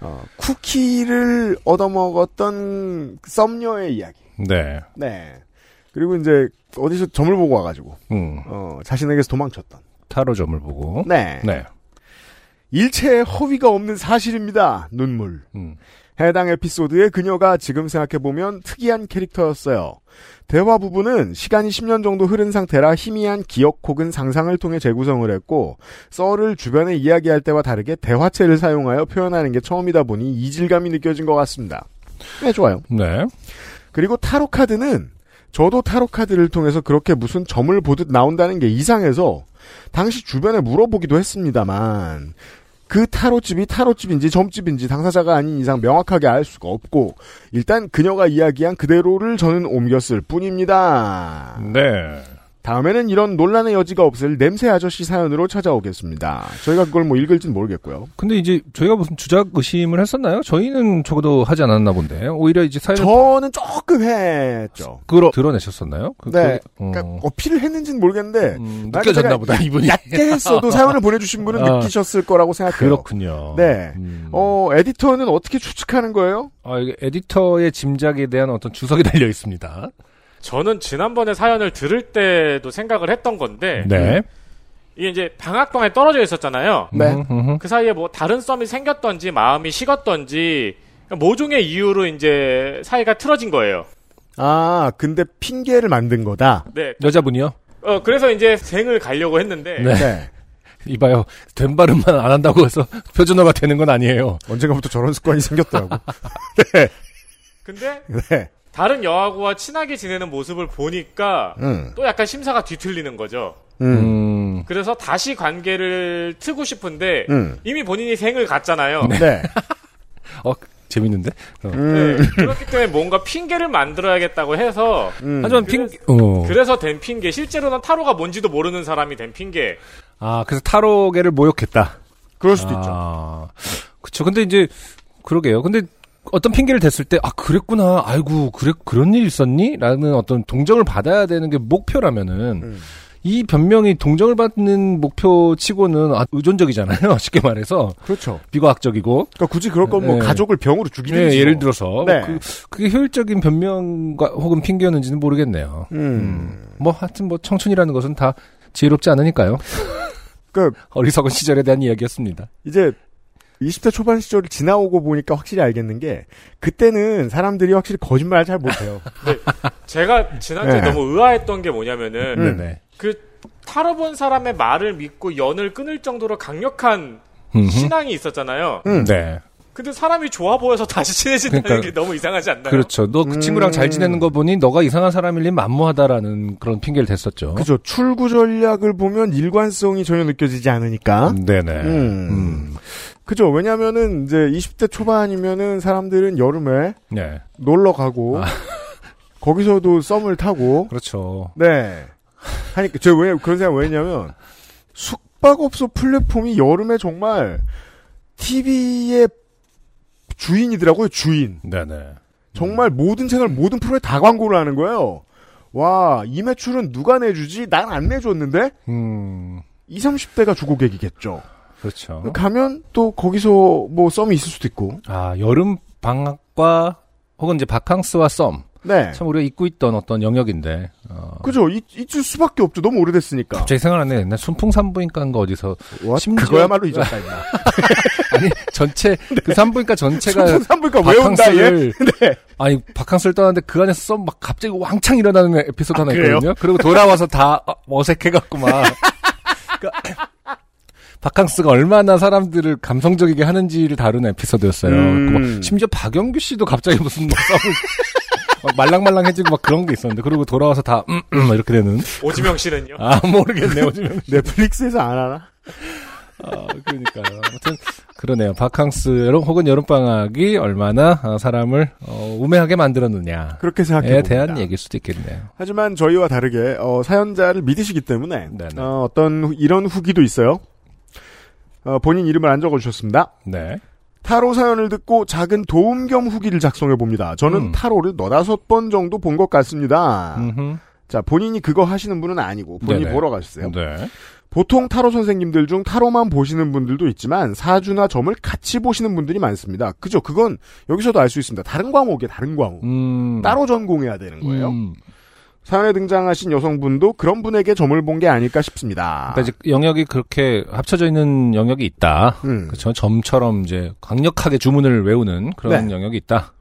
어, 쿠키를 얻어먹었던 썸녀의 이야기.
네.
네. 그리고 이제 어디서 점을 보고 와가지고
음,
어, 자신에게서 도망쳤던.
타로점을 보고.
네.
네.
일체의 허위가 없는 사실입니다. 눈물.
음.
해당 에피소드의 그녀가 지금 생각해보면 특이한 캐릭터였어요. 대화 부분은 시간이 10년 정도 흐른 상태라 희미한 기억 혹은 상상을 통해 재구성을 했고, 썰을 주변에 이야기할 때와 다르게 대화체를 사용하여 표현하는 게 처음이다 보니 이질감이 느껴진 것 같습니다. 네, 좋아요.
네.
그리고 타로 카드는 저도 타로 카드를 통해서 그렇게 무슨 점을 보듯 나온다는 게 이상해서 당시 주변에 물어보기도 했습니다만 그 타로집이 타로집인지 점집인지 당사자가 아닌 이상 명확하게 알 수가 없고 일단 그녀가 이야기한 그대로를 저는 옮겼을 뿐입니다.
네.
다음에는 이런 논란의 여지가 없을 냄새 아저씨 사연으로 찾아오겠습니다. 저희가 그걸 뭐 읽을진 모르겠고요.
근데 이제 저희가 무슨 주작 의심을 했었나요? 저희는 적어도 하지 않았나 본데. 오히려 이제 사연을
저는 조금 했죠.
끌어 드러내셨었나요? 그-
네.
그- 어.
그러니까 어필을 했는지는 모르겠는데
음,
나는
느껴졌나
제가
보다 이분이.
얕게
(laughs)
했어도 사연을 보내주신 분은
아,
느끼셨을 거라고 생각해요.
그렇군요.
네.
음.
어, 에디터는 어떻게 추측하는 거예요?
아, 이게 에디터의 짐작에 대한 어떤 주석이 (laughs) 달려 있습니다.
저는 지난번에 사연을 들을 때도 생각을 했던 건데
네.
이게 이제 방학 동안에 떨어져 있었잖아요.
네.
음, 음, 음.
그 사이에 뭐 다른 썸이 생겼던지 마음이 식었던지 그러니까 모종의 이유로 이제 사이가 틀어진 거예요.
아, 근데 핑계를 만든 거다.
네.
여자분이요?
어, 그래서 이제 생을 가려고 했는데
네. 이봐요. 된 발음만 안 한다고 해서 (laughs) 표준어가 되는 건 아니에요.
언젠가부터 저런 습관이 생겼더라고. (laughs)
근데
네.
다른 여하고와 친하게 지내는 모습을 보니까
음.
또 약간 심사가 뒤틀리는 거죠.
음.
음.
그래서 다시 관계를 트고 싶은데
음.
이미 본인이 생을 갔잖아요.
네.
어, 재밌는데? 어.
네, 그렇기 때문에 뭔가 핑계를 만들어야겠다고 해서
음.
하지만 핑, 어.
그래서 된 핑계 실제로는 타로가 뭔지도 모르는 사람이 된 핑계
아, 그래서 타로계를 모욕했다.
그럴 수도 있죠.
아, 그쵸. 근데 이제, 그러게요. 근데 어떤 핑계를 댔을 때, 아, 그랬구나. 아이고, 그래, 그런 일 있었니? 라는 어떤 동정을 받아야 되는 게 목표라면은,
음.
이 변명이 동정을 받는 목표 치고는 아, 의존적이잖아요. (laughs) 쉽게 말해서.
그렇죠.
비과학적이고.
그러니까 굳이 그럴 거면
네.
뭐 가족을 병으로
예,
죽이든지.
예를
뭐.
들어서.
네.
그, 그게 효율적인 변명과 혹은 핑계였는지는 모르겠네요.
음.
뭐, 하여튼 뭐, 청춘이라는 것은 다 지혜롭지 않으니까요.
(laughs) 그러니까
어리석은 시절에 대한 이야기였습니다.
이제 20대 초반 시절을 지나오고 보니까 확실히 알겠는 게 그때는 사람들이 확실히 거짓말 잘 못해요.
(laughs) 어?
제가 지난주에
네.
너무 의아했던 게 뭐냐면은
음.
네네.
그 타로 본 사람의 말을 믿고 연을 끊을 정도로 강력한
음흠.
신앙이 있었잖아요
음.
네.
근데 사람이 좋아 보여서 다시 친해진다는
그러니까요.
게 너무 이상하지 않나요?
그렇죠. 너 그
음.
친구랑 잘 지내는 거 보니 너가 이상한 사람일 리 만무하다라는 그런 핑계를 댔었죠.
그죠. 출구 전략을 보면 일관성이 전혀 느껴지지 않으니까.
음, 네네.
음. 그죠. 왜냐면은 이제 20대 초반이면은 사람들은 여름에
네.
놀러 가고 (laughs) 거기서도 썸을 타고
그렇죠.
네. 하니까 제가 왜 그런 생각 왜 했냐면 숙박업소 플랫폼이 여름에 정말 TV의 주인이더라고요. 주인.
네네.
정말 모든 채널 모든 프로에 다 광고를 하는 거예요. 와, 이 매출은 누가 내주지? 난 안 내줬는데?
음.
20, 30대가 주고객이겠죠.
그렇죠.
가면 또 거기서 뭐 썸이 있을 수도 있고.
아, 여름 방학과 혹은 이제 바캉스와 썸.
네.
참 우리가 잊고 있던 어떤 영역인데. 어.
그죠. 이, 잊을 수밖에 없죠. 너무 오래됐으니까.
갑자기 생각나네. 옛날 순풍산부인가인가 어디서
와,
심지어- 아,
그거야말로
(laughs)
잊었다, 임마.
아니
(laughs)
전체 그 산부인과 전체가
삼부니까 아, 왜 온다, 얘? (laughs) 네.
바캉스를 아니 바캉스를 떠났는데 그 안에서 썸 막 갑자기 왕창 일어나는 에피소드 하나
아, 그래요?
있거든요. 그리고 돌아와서 다 어, 어색해갖고 막 (laughs) 그러니까 바캉스가 얼마나 사람들을 감성적이게 하는지를 다루는 에피소드였어요.
음.
그막 심지어 박영규 씨도 갑자기 무슨 막 썸을 (laughs) 막 말랑말랑해지고 막 그런 게 있었는데 그리고 돌아와서 다 음, 음, 막 이렇게 되는
오지명 씨는요?
아 (laughs) 모르겠네요. 지금.
넷플릭스에서 안 하나?
아, 그러니까요. 아무튼 그러네요. 바캉스 여름 혹은 여름 방학이 얼마나 아, 사람을 어, 우매하게 만들었느냐에
그렇게 생각해.
예, 대한 얘기일 수도 있겠네요.
하지만 저희와 다르게, 어, 사연자를 믿으시기 때문에,
네네.
어, 어떤, 후- 이런 후기도 있어요. 어, 본인 이름을 안 적어주셨습니다.
네.
타로 사연을 듣고 작은 도움 겸 후기를 작성해 봅니다. 저는
음.
타로를 너다섯 번 정도 본 것 같습니다.
음흠.
자, 본인이 그거 하시는 분은 아니고, 본인이
네네.
보러 가셨어요.
네.
보통 타로 선생님들 중 타로만 보시는 분들도 있지만 사주나 점을 같이 보시는 분들이 많습니다. 그죠? 그건 여기서도 알 수 있습니다. 다른 과목이에요. 다른 과목.
음.
따로 전공해야 되는 거예요.
음.
사연에 등장하신 여성분도 그런 분에게 점을 본 게 아닐까 싶습니다.
그러니까 이제 영역이 그렇게 합쳐져 있는 영역이 있다.
음.
그렇죠. 점처럼 이제 강력하게 주문을 외우는 그런
네.
영역이 있다.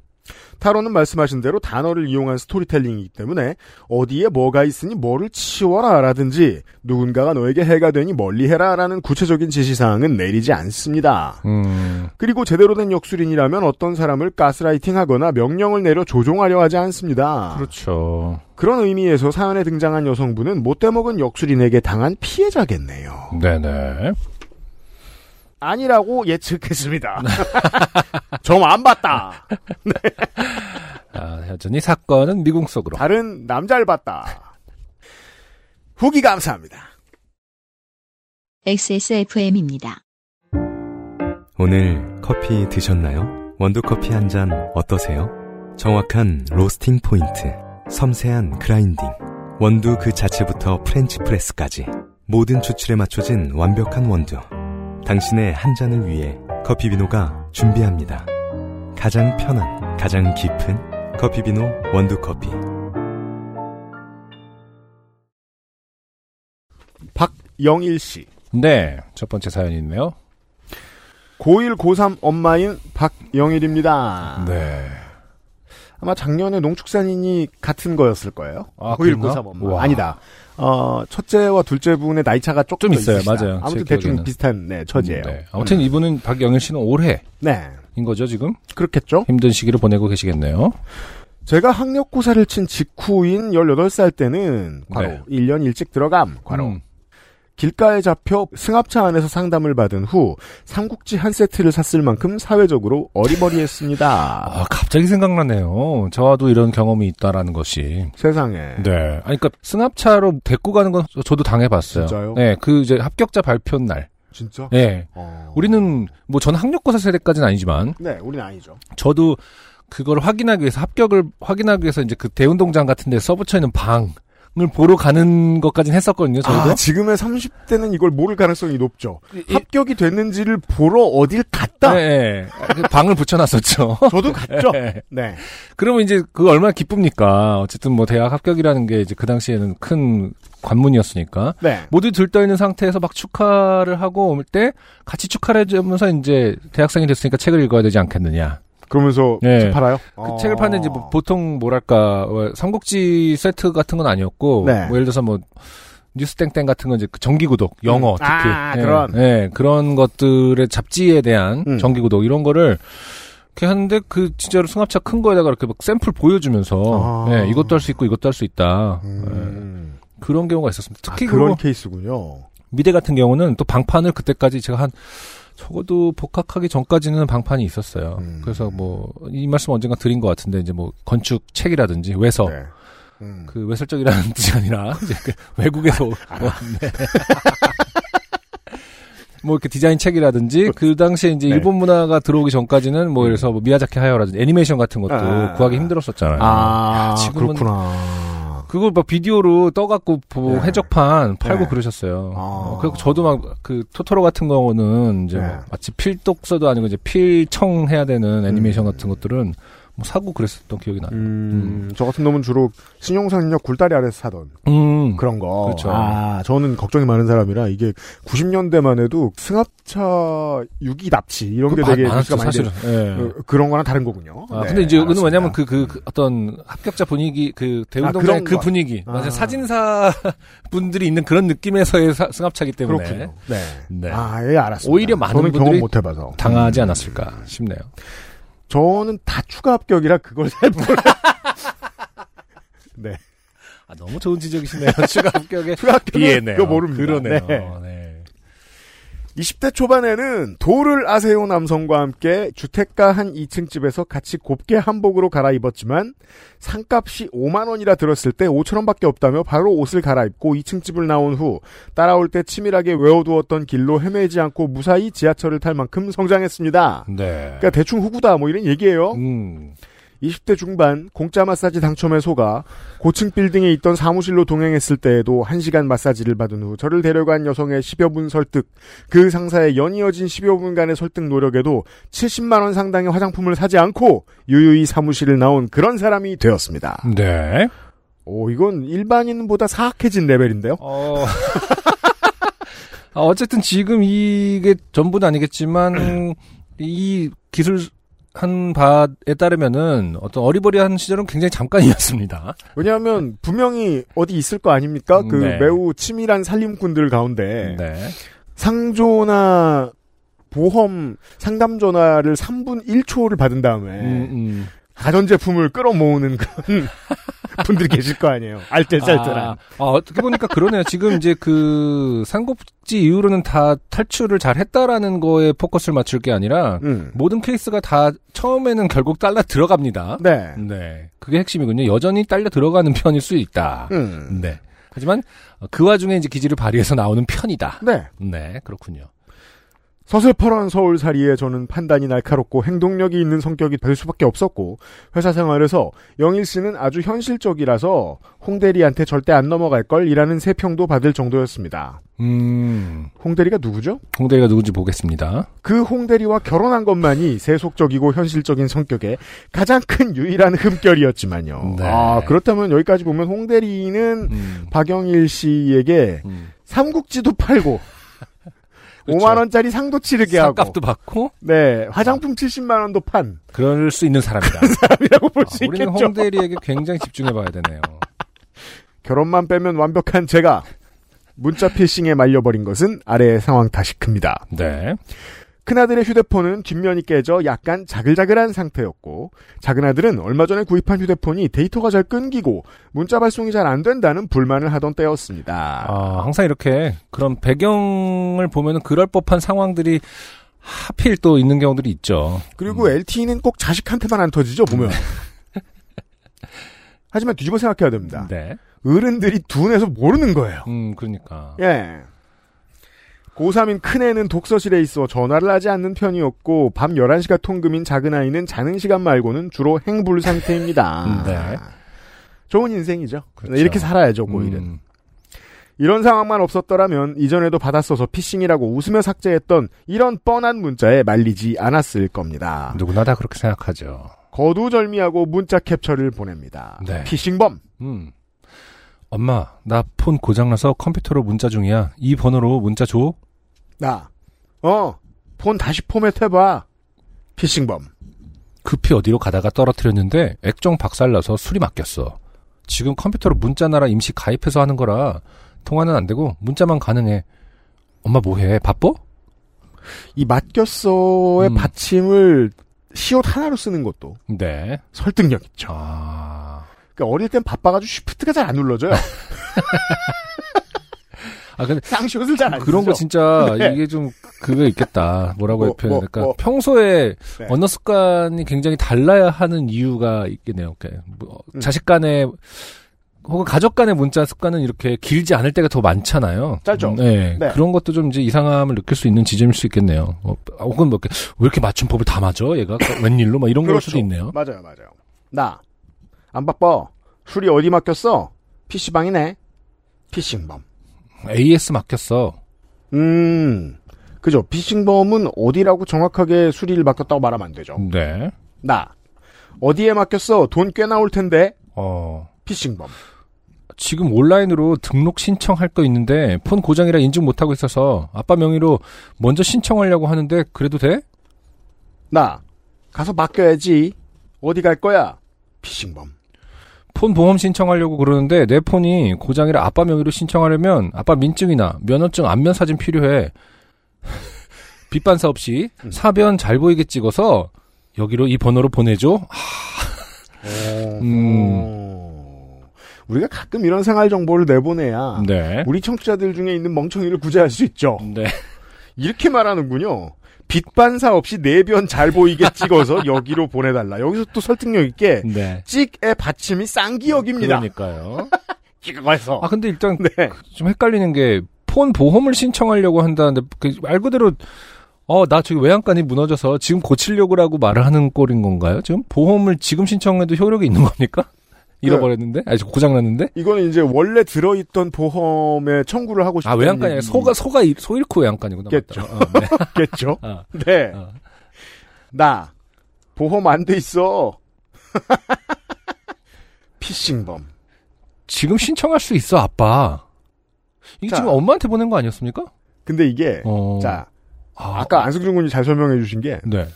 타로는 말씀하신 대로 단어를 이용한 스토리텔링이기 때문에 어디에 뭐가 있으니 뭐를 치워라 라든지 누군가가 너에게 해가 되니 멀리해라 라는 구체적인 지시사항은 내리지 않습니다.
음.
그리고 제대로 된 역술인이라면 어떤 사람을 가스라이팅하거나 명령을 내려 조종하려 하지 않습니다.
그렇죠.
그런 의미에서 사연에 등장한 여성분은 못돼먹은 역술인에게 당한 피해자겠네요.
네네.
아니라고 (laughs) 예측했습니다. 점 안 봤다.
아, 여전히 사건은 미궁 속으로.
다른 남자를 봤다. 후기 감사합니다.
XSFM입니다.
오늘 커피 드셨나요? 원두커피 한 잔 어떠세요? 정확한 로스팅 포인트, 섬세한 그라인딩, 원두 그 자체부터 프렌치 프레스까지 모든 추출에 맞춰진 완벽한 원두. 당신의 한 잔을 위해 커피비노가 준비합니다. 가장 편한, 가장 깊은 커피비노 원두커피.
박영일 씨.
네. 첫 번째 사연이 있네요.
고1, 고3 엄마인 박영일입니다.
네.
아마 작년에 농축산인이 같은 거였을 거예요.
아,
고1,
그랬나?
고3 엄마.
우와.
아니다. 어, 첫째와 둘째 분의 나이 차가 조금
좀 있어요.
있으시다.
맞아요.
아무튼
제
대충
기억에는.
비슷한 네, 처지예요.
네. 아무튼
음.
이분은 박영일 씨는 올해인
네.
거죠, 지금?
그렇겠죠?
힘든 시기를 보내고 계시겠네요.
제가 학력고사를 친 직후인 18살 때는 과로
네.
1년 일찍 들어감 과로
음.
길가에 잡혀 승합차 안에서 상담을 받은 후 삼국지 한 세트를 샀을 만큼 사회적으로 어리버리했습니다.
아, 갑자기 생각나네요. 저와도 이런 경험이 있다라는 것이.
세상에.
네. 아니, 그니까, 승합차로 데리고 가는 건 저- 저도 당해봤어요.
진짜요?
네. 그 이제 합격자 발표 날.
진짜?
네.
어.
우리는, 뭐, 전 학력고사 세대까지는 아니지만,
네, 우리는 아니죠.
저도 그걸 확인하기 위해서 합격을 확인하기 위해서 이제 그 대운동장 같은 데 써붙여 있는 방을 보러 가는 것까지는 했었거든요. 저희도. 예.
아, 지금의 30대는 이걸 모를 가능성이 높죠. 합격이 됐는지를 보러 어딜 갔다.
네, 네. 그 방을 붙여놨었죠. (laughs)
저도 갔죠.
네.
네.
그러면 이제 그 얼마나 기쁩니까? 어쨌든 뭐 대학 합격이라는 게 이제 그 당시에는 큰 관문이었으니까
네.
모두 들떠 있는 상태에서 막 축하를 하고 올 때 같이 축하를 해주면서 이제 대학생이 됐으니까 책을 읽어야 되지 않겠느냐.
그러면서
네.
집 팔아요?
그 책을 파는데 이제 뭐 보통 뭐랄까 어, 삼국지 세트 같은 건 아니었고
네.
뭐 예를 들어서 뭐 뉴스 땡땡 같은 건 이제 그 정기 구독 영어
음.
특히
아,
예,
그런.
예, 그런 것들의 잡지에 대한
음.
정기 구독 이런 거를 이렇게 하는데 그 진짜로 승합차 큰 거에다가 이렇게 막 샘플 보여주면서
아.
예, 이것도 할 수 있고 이것도 할 수 있다 예,
음. 아,
그런 경우가 있었습니다. 특히
그런
그리고
케이스군요.
미대 같은 경우는 또 방판을 그때까지 제가 한 적어도 복학하기 전까지는 방판이 있었어요.
음.
그래서 뭐 이 말씀 언젠가 드린 것 같은데 이제 뭐 건축 책이라든지 외서
네. 음.
그 외설적이라는 (laughs) 뜻이 아니라 이제 그 외국에서 온-
아,
네. (laughs) 뭐 이렇게 디자인 책이라든지 그 당시에 이제
네. 음.
일본 문화가 들어오기 전까지는 뭐 그래서 뭐 미야자키 하야오라든지 애니메이션 같은 것도
아.
구하기 힘들었었잖아요.
아,
야, 지금은- 어,
그렇구나.
그걸 막 비디오로 떠갖고 보-
네.
해적판 팔고
네.
그러셨어요.
아.
어, 그래서 저도 막 그 토토로 같은 경우는 이제
네.
뭐 마치 필독서도 아니고 이제 필청 해야 되는 애니메이션 같은 것들은 뭐 사고 그랬었던 기억이 나요.
음, 저 같은 놈은 주로 신용상력 굴다리 아래서 사던
음,
그런 거.
그렇죠.
아, 저는 걱정이 많은 사람이라 이게 90년대만 해도 승합차 유기 납치 이런 게
그거
되게
많- 많았죠,
뉴스가 많이
사실은. 예.
되는- 어, 그런 거랑 다른 거군요.
아,
네,
근데 이제 여기는
알았습니다.
왜냐면 그, 그, 그 어떤 합격자 분위기, 그
아,
대운동장의
그런
그
거.
분위기.
아.
맞아요. 사진사 (laughs) 분들이 있는 그런 느낌에서의 사- 승합차기 때문에.
그렇군요. 네.
네.
아, 예, 알았습니다.
오히려 많은
저는 경험
분들이
못 해봐서.
당하지 않았을까 싶네요.
저는 다 추가 합격이라 그걸 잘 몰라. (laughs) 네.
아, 너무 좋은 지적이시네요. (laughs) 추가 합격에.
추가 합격은
비해네요.
그거 모릅니다.
그러네요.
네.
네.
20대 초반에는 도를 아세요 남성과 함께 주택가 한 2층 집에서 같이 곱게 한복으로 갈아입었지만 상값이 5만 원이라 들었을 때 5천 원밖에 없다며 바로 옷을 갈아입고 2층 집을 나온 후 따라올 때 치밀하게 외워두었던 길로 헤매지 않고 무사히 지하철을 탈 만큼 성장했습니다.
네.
그러니까 대충 후구다 뭐 이런 얘기예요.
음.
20대 중반 공짜 마사지 당첨에 속아 고층 빌딩에 있던 사무실로 동행했을 때에도 1시간 마사지를 받은 후 저를 데려간 여성의 10여 분 설득, 그 상사의 연이어진 10여 분간의 설득 노력에도 70만원 상당의 화장품을 사지 않고 유유히 사무실을 나온 그런 사람이 되었습니다.
네.
오, 이건 일반인보다 사악해진 레벨인데요?
어. (laughs) 아, 어쨌든 지금 이게 전부는 아니겠지만 이 기술 한 바에 따르면은 어떤 어리버리한 시절은 굉장히 잠깐이었습니다.
왜냐하면 분명히 어디 있을 거 아닙니까? 그
네.
매우 치밀한 살림꾼들 가운데
네.
상조나 보험 상담 전화를 3분 1초를 받은 다음에
음, 음.
가전제품을 끌어모으는 그런 (laughs) 분들 계실 거 아니에요. 알뜰살뜰한.
아, 아, 어떻게 보니까 그러네요. 지금 이제 그 상급지 이후로는 다 탈출을 잘 했다라는 거에 포커스를 맞출 게 아니라
음.
모든 케이스가 다 처음에는 결국 딸라 들어갑니다.
네.
네. 그게 핵심이군요. 여전히 딸려 들어가는 편일 수 있다.
음.
네. 하지만 그 와중에 이제 기지를 발휘해서 나오는 편이다.
네.
네, 그렇군요.
서슬퍼런 서울살이에 저는 판단이 날카롭고 행동력이 있는 성격이 될 수밖에 없었고 회사 생활에서 영일 씨는 아주 현실적이라서 홍대리한테 절대 안 넘어갈 걸이라는 세 평도 받을 정도였습니다.
음,
홍대리가 누구죠?
홍대리가 누군지 보겠습니다.
그 홍대리와 결혼한 것만이 세속적이고 현실적인 성격의 가장 큰 유일한 흠결이었지만요.
네.
아, 그렇다면 여기까지 보면 홍대리는
음,
박영일 씨에게
음. 그렇죠.
삼국지도 팔고
(laughs) 그쵸.
5만 원짜리 상도 치르게 하고
값도 받고
네 화장품 70만 원도 판
그럴 수 있는
(laughs)
사람이다.
이라고 볼 수
아, 우리는
있겠죠.
홍대리에게 굉장히 집중해봐야 되네요.
결혼만 빼면 완벽한 제가 문자 피싱에 말려버린 것은 아래의 상황 다시 큽니다.
네.
큰아들의 휴대폰은 뒷면이 깨져 약간 자글자글한 상태였고 작은아들은 얼마 전에 구입한 휴대폰이 데이터가 잘 끊기고 문자 발송이 잘 안 된다는 불만을 하던 때였습니다.
아, 항상 이렇게 그런 배경을 보면은 그럴 법한 상황들이 하필 또 있는 경우들이 있죠.
그리고 LTE는 꼭 자식한테만 안 터지죠 보면. (laughs) 하지만 뒤집어 생각해야 됩니다.
네.
어른들이 둔해서 모르는 거예요.
음, 그러니까.
예. 고3인 큰애는 독서실에 있어 전화를 하지 않는 편이었고 밤 11시가 통금인 작은아이는 자는 시간 말고는 주로
(laughs)
행불 상태입니다.
네.
좋은 인생이죠.
그렇죠.
이렇게 살아야죠, 고일은.
음,
이런 상황만 없었더라면 이전에도 받았어서 피싱이라고 웃으며 삭제했던 이런 뻔한 문자에 말리지 않았을 겁니다.
누구나 다 그렇게 생각하죠.
거두절미하고 문자 캡처를 보냅니다.
네.
피싱범.
음. 엄마, 나 폰 고장나서 컴퓨터로 문자 중이야. 이 번호로 문자 줘.
나. 어. 폰 다시 포맷해봐. 피싱범.
급히 어디로 가다가 떨어뜨렸는데 액정 박살나서 술이 맡겼어. 지금 컴퓨터로 문자나라 임시 가입해서 하는 거라 통화는 안 되고 문자만 가능해. 엄마 뭐해? 바빠?
이 맡겼어의
음.
받침을 시옷 하나로 쓰는 것도
네.
설득력 있죠.
아.
그러니까 어릴 땐 바빠가지고 쉬프트가 잘 안 눌러져요.
(laughs) 아 근데
쌍시옷을 잘 안 쓰죠.
그런 거 진짜
네.
이게 좀 그게 있겠다. 뭐라고
뭐,
표현해야 될까?
뭐, 뭐.
평소에
네.
언어 습관이 굉장히 달라야 하는 이유가 있겠네요. 그러니까 뭐
음.
자식 간의 혹은 가족 간의 문자 습관은 이렇게 길지 않을 때가 더 많잖아요.
짧죠.
음, 네.
네.
그런 것도 좀 이제 이상함을 느낄 수 있는 지점일 수 있겠네요. 어, 혹은 뭐 이렇게 왜 이렇게 맞춤법을 다 맞아? 얘가 웬일로? 막 이런 걸
그렇죠.
수도 있네요.
맞아요, 맞아요. 나. 안 바빠. 술이 어디 맡겼어? PC방이네. 피싱범.
AS 맡겼어.
음. 그죠. 피싱범은 어디라고 정확하게 수리를 맡겼다고 말하면 안 되죠.
네.
나. 어디에 맡겼어? 돈 꽤 나올 텐데.
어.
피싱범.
지금 온라인으로 등록 신청할 거 있는데 폰 고장이라 인증 못 하고 있어서 아빠 명의로 먼저 신청하려고 하는데 그래도 돼?
나. 가서 맡겨야지. 어디 갈 거야? 피싱범.
폰 보험 신청하려고 그러는데 내 폰이 고장이라 아빠 명의로 신청하려면 아빠 민증이나 면허증 안면 사진 필요해. (laughs) 빗반사 없이 사변 잘 보이게 찍어서 여기로 이 번호로 보내줘. 음.
어. 우리가 가끔 이런 생활 정보를 내보내야
네.
우리 청취자들 중에 있는 멍청이를 구제할 수 있죠.
네.
이렇게 말하는군요. 빛반사 없이 내변 잘 보이게
(laughs)
찍어서 여기로 보내달라. 여기서 또 설득력 있게
네.
찍의 받침이 쌍기역입니다. (laughs)
그러니까요.
찍어서
아 근데 일단
네.
좀 헷갈리는 게 폰 보험을 신청하려고 한다는데 그말 그대로 어 나 저기 외양간이 무너져서 지금 고치려고라고 말을 하는 꼴인 건가요? 지금 보험을 지금 신청해도 효력이 있는 겁니까?
네.
잃어버렸는데 아니 고장 났는데
이거는 이제 원래 들어있던 보험에 청구를 하고 싶다.
아 외양간이 아니라
음.
소가 소가 이- 소 잃고 외양간이구나
겠죠.
맞다.
(laughs)
어, 네.
겠죠.
아.
네.
아.
나 (laughs) 보험 안 돼 있어. 피싱범.
지금 신청할 수 있어, 아빠. 이게
자.
지금 엄마한테 보낸 거 아니었습니까?
근데 이게
어.
자
아,
아까 안승준 군이 잘 설명해 주신 게
네.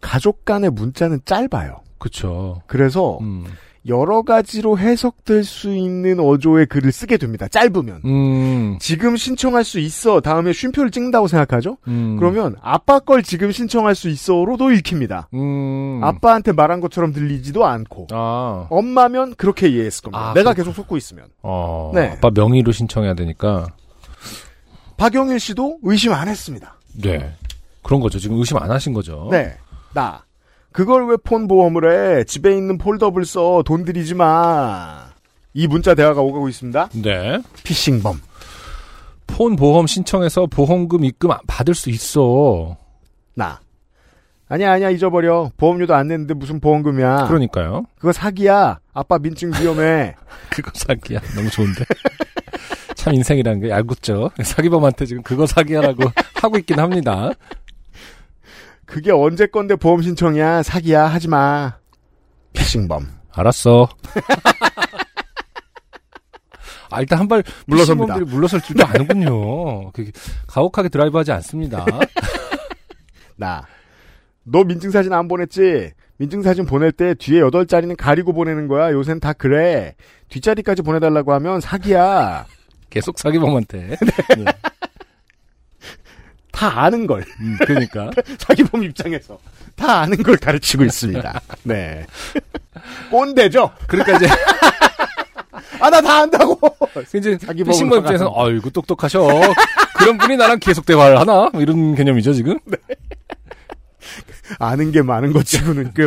가족 간의 문자는 짧아요.
그쵸.
그래서
음.
여러 가지로 해석될 수 있는 어조의 글을 쓰게 됩니다. 짧으면.
음.
지금 신청할 수 있어. 다음에 쉼표를 찍는다고 생각하죠?
음.
그러면 아빠 걸 지금 신청할 수 있어로도 읽힙니다.
음.
아빠한테 말한 것처럼 들리지도 않고.
아.
엄마면 그렇게 이해했을 겁니다.
아,
내가 계속 속고 있으면.
어.
네.
아빠 명의로 신청해야 되니까.
박영일 씨도 의심 안 했습니다.
네. 그런 거죠. 지금 의심 안 하신 거죠.
네. 나. 그걸 왜 폰 보험을 해? 집에 있는 폴더블 써. 돈 들이지 마. 이 문자 대화가 오가고 있습니다.
네.
피싱범.
폰 보험 신청해서 보험금 입금 받을 수 있어.
나. 아니야, 아니야, 잊어버려. 보험료도 안 냈는데 무슨 보험금이야.
그러니까요.
그거 사기야. 아빠 민증 위험해.
그거 사기야. 너무 좋은데. (laughs) 참 인생이라는 게 얄궂죠. 사기범한테 지금 그거 사기야라고 (laughs) 하고 있긴 합니다.
그게 언제 건데 보험 신청이야. 사기야. 하지 마. 피싱범.
알았어. (laughs) 아, 일단 한발
물러섭니다.
물러섭니다. 물러설 줄도 아는군요. 그 가혹하게 드라이브하지
(laughs)
않습니다.
나. 너 민증사진 안 보냈지? 민증사진 보낼 때 뒤에 여덟 자리는 가리고 보내는 거야. 요샌 다 그래. 뒷자리까지 보내달라고 하면 사기야.
계속 사기범한테. 네.
다 아는 걸. (laughs)
음, 그러니까.
사기범 입장에서. 다 아는 걸 가르치고 있습니다. 네. 꼰대죠?
그러니까 이제 (laughs)
아, 나 다 안다고! (laughs)
이제
자기
피싱범
먹으러
입장에서는 아이고 똑똑하셔. 그런 분이 나랑 계속 대화를 하나? 뭐 이런 개념이죠 지금.
아는 게 많은 것 치고는 꽤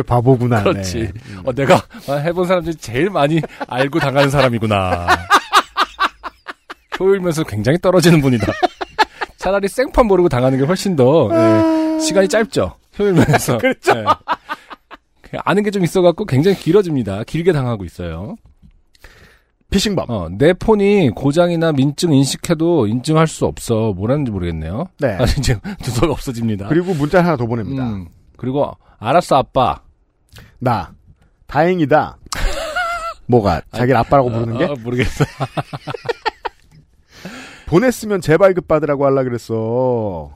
(laughs)
바보구나.
그렇지.
네.
어, 내가 해본 사람 중에 제일 많이 알고 당하는 사람이구나. (laughs) 효율면서 굉장히 떨어지는 분이다. 차라리 생판 모르고 당하는 게 훨씬 더 예, 시간이 짧죠. 효율면서. (laughs) 그렇죠. 아는 게 좀 있어갖고 굉장히 길어집니다. 길게 당하고 있어요.
피싱범.
어, 내 폰이 고장이나 민증 인식해도 인증할 수 없어. 뭐라는지 모르겠네요.
네.
아, 이제 주소가 없어집니다.
그리고 문자 하나 더 보냅니다.
음, 그리고 알았어 아빠.
나. 다행이다. 뭐가, 자기를 아빠라고 부르는 게?
어, 모르겠어.
보냈으면 재발급 받으라고 하려 그랬어.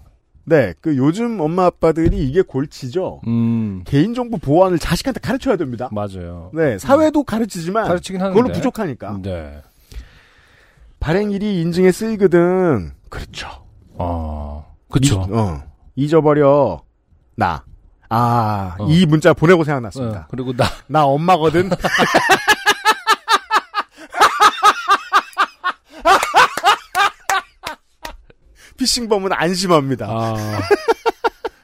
네, 그 요즘 엄마 아빠들이 이게 골치죠.
음.
개인정보 보안을 자식한테 가르쳐야 됩니다.
맞아요.
네, 사회도 가르치지만
가르치긴 하는데.
그걸로 부족하니까.
네.
발행일이 인증에 쓰이거든. 그렇죠.
어. 그쵸.
잊- 어. 잊어버려. 나. 아,
어.
이 문자 보내고
어,
생각났습니다.
그리고 나
나
(laughs)
엄마거든. (laughs) 피싱범은 안심합니다.
아. (laughs)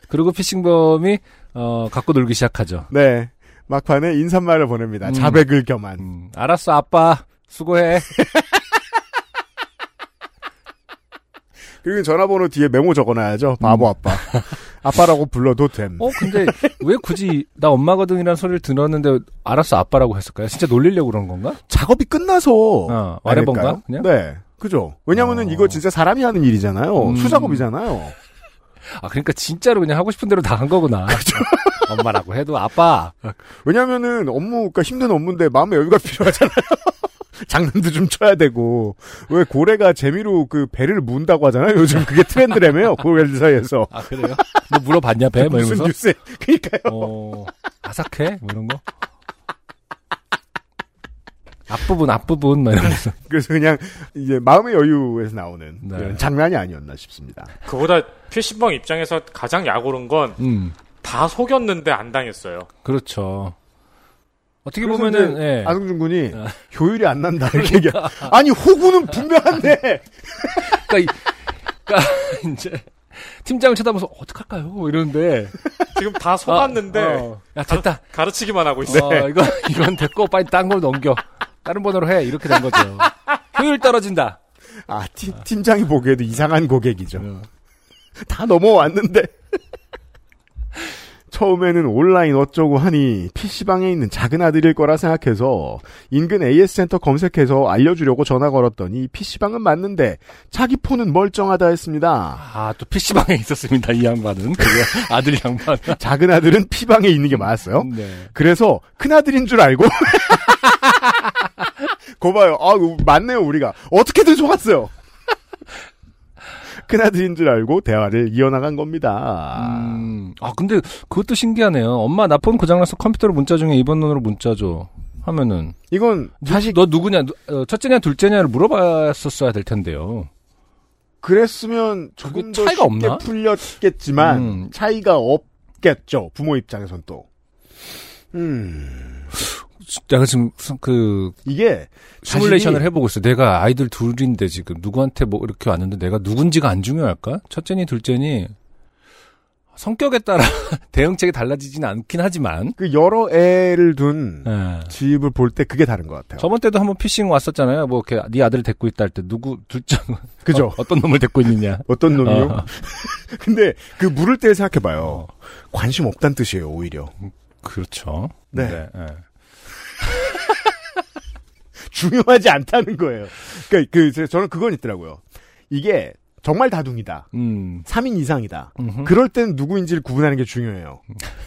그리고 피싱범이 어, 갖고 놀기 시작하죠.
네. 막판에 인사말을 보냅니다.
음.
자백을 겸한.
음, 알았어 아빠. 수고해.
그리고 전화번호 뒤에 메모 적어놔야죠. 바보 아빠. 아빠라고 불러도 됨.
음. 어 근데 왜 굳이 나 엄마거든이라는 소리를 들었는데 알았어 아빠라고 했을까요? 진짜 놀리려고 그런 건가?
작업이 끝나서
어, 아랫번가?
아닐까요?
그냥?
네. 그죠. 왜냐면은
어.
이거 진짜 사람이 하는 일이잖아요.
음.
수작업이잖아요.
아 그러니까 진짜로 그냥 하고 싶은 대로 다 한 거구나.
그렇죠.
엄마라고 해도 아빠.
왜냐면은 업무가 힘든 업무인데 마음의 여유가 (laughs) 필요하잖아요. 장난도 좀 쳐야 되고 왜 고래가 재미로 그 배를 문다고 하잖아요. 요즘 그게 트렌드라며요. 고래들 사이에서
아 그래요? 너 물어봤냐 배? 뭐
무슨
이러면서.
뉴스에 그러니까요.
어, 아삭해? 뭐 이런 거? 앞부분, 앞부분, 막 이러면서.
그래서 그냥 이제 마음의 여유에서 나오는
네.
이런 장난이 아니었나 싶습니다.
그보다 피싱범 입장에서 가장 약오른 건
(laughs) 음,
다 속였는데 안 당했어요.
그렇죠. 어떻게
그래서
보면은,
이제
예. 그러니까.
안승준 군이 효율이 안 난다 이렇게 얘기. 아니 호구는 분명한데
그니까, 그러니까 이, 그니까, (laughs) 이제, 팀장을 쳐다보면서, 어떡할까요? 뭐 이러는데.
지금 다 속았는데
아, 어. 야, 됐다.
가르치기만 하고 있어요.
어, 이거, 이건 됐고, 빨리 딴 걸 넘겨. 다른 번호로 해. 이렇게 된 거죠. 효율 떨어진다.
아 팀, 팀장이 보기에도 이상한 고객이죠.
어.
다 넘어왔는데. (laughs) 처음에는 온라인 어쩌고 하니 PC방에 있는 작은 아들일 거라 생각해서 인근 AS 센터 검색해서 알려주려고 전화 걸었더니 PC방은 맞는데 자기 폰은 멀쩡하다
(laughs)
했습니다.
아, 또 PC방에 있었습니다. 이 양반은. 그게 아들 양반.
작은 아들은
어?
P방에 있는 게 맞았어요.
네.
그래서 큰 아들인 줄 알고 (laughs) 거봐요. 아, 우- 맞네요, 우리가. 어떻게든 속았어요. 큰아들인 줄 알고 대화를 이어나간 겁니다.
음, 아, 근데 그것도 신기하네요. 엄마, 나 폰 고장나서 컴퓨터로 문자 중에 이번 번호로 문자 줘. 하면은.
이건
누- 너 누구냐, 누- 어, 첫째냐, 둘째냐를 물어봤었어야 될 텐데요.
그랬으면 조금
그게
더
차이가
쉽게
없나?
풀렸겠지만
음.
차이가 없겠죠. 부모 입장에선 또. 음.
내가 지금 수- 그
이게
시뮬레이션을
자식이
해보고 있어. 내가 아이들 둘인데 지금 누구한테 뭐 이렇게 왔는데 내가 누군지가 안 중요할까? 첫째니 둘째니 성격에 따라 (laughs) 대응책이 달라지진 않긴 하지만.
그 여러 애를 둔
예.
집을 볼 때 그게 다른 것 같아요.
저번 때도 한번 피싱 왔었잖아요. 뭐 이렇게 네 아들을 데리고 있다 할 때 누구 둘째
그죠?
어, 떤 놈을 데리고 있느냐.
어, 떤 놈이요?
어,
(laughs) 근데 그 물을 때 생각해봐요. 관심 없단 뜻이에요, 오히려.
그렇죠.
네.
예.
중요하지 않다는 거예요. 그러니까 그 제- 저는 그건 있더라고요. 이게 정말 다둥이다.
음.
3인 이상이다.
음흠.
그럴 때는 누구인지를 구분하는 게 중요해요.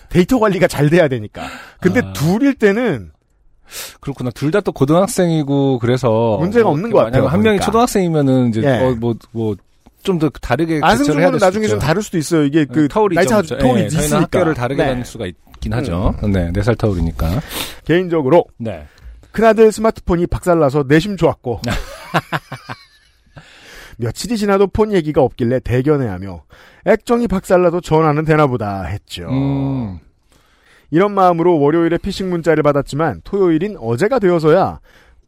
데이터 관리가 잘 돼야 되니까. 근데
아.
둘일 때는
그렇구나. 둘 다 또 고등학생이고 그래서
문제가 없는 것
만약에
같아요,
한 명이
보니까.
초등학생이면은 이제 어, 뭐,
예.
뭐뭐좀 더 다르게 대처를 그 해야
아승준은
될
나중에
수도
좀
있죠. 음, 네,
다를 수도 있어요. 이게 그
타월이
나이차
죠
타월이
저희는
있으니까.
학교를 다르게
네.
다닐 수가 있긴 하죠. 네, 네살 타월이니까.
개인적으로
네.
큰아들 스마트폰이 박살나서
(laughs)
내심 좋았고 며칠이 지나도 폰 얘기가 없길래 대견해하며 액정이 박살나도 전화는 되나보다 했죠.
음,
이런 마음으로 월요일에 피싱 문자를 받았지만 토요일인 어제가 되어서야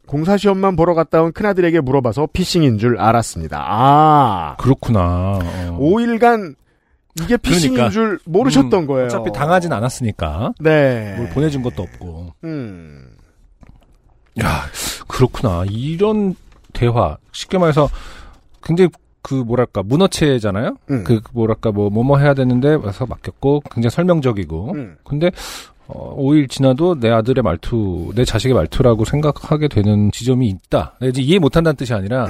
공사 시험만 보러 갔다 온 큰아들에게 물어봐서 피싱인 줄 알았습니다. 아,
그렇구나. 어.
5일간 이게 피싱인
그러니까.
줄 모르셨던
음,
거예요.
어차피 당하진 않았으니까.
네.
뭘 보내준 것도 없고.
음.
야, 그렇구나. 이런 대화. 쉽게 말해서 굉장히 그 뭐랄까 문어체잖아요.
음.
그 뭐랄까 뭐 뭐뭐 해야 되는데 와서 맡겼고 굉장히 설명적이고.
음.
근데 어, 5일 지나도 내 아들의 말투, 내 자식의 말투라고 생각하게 되는 지점이 있다. 내가 이제 이해 못한다는 뜻이
(clears throat)
아니라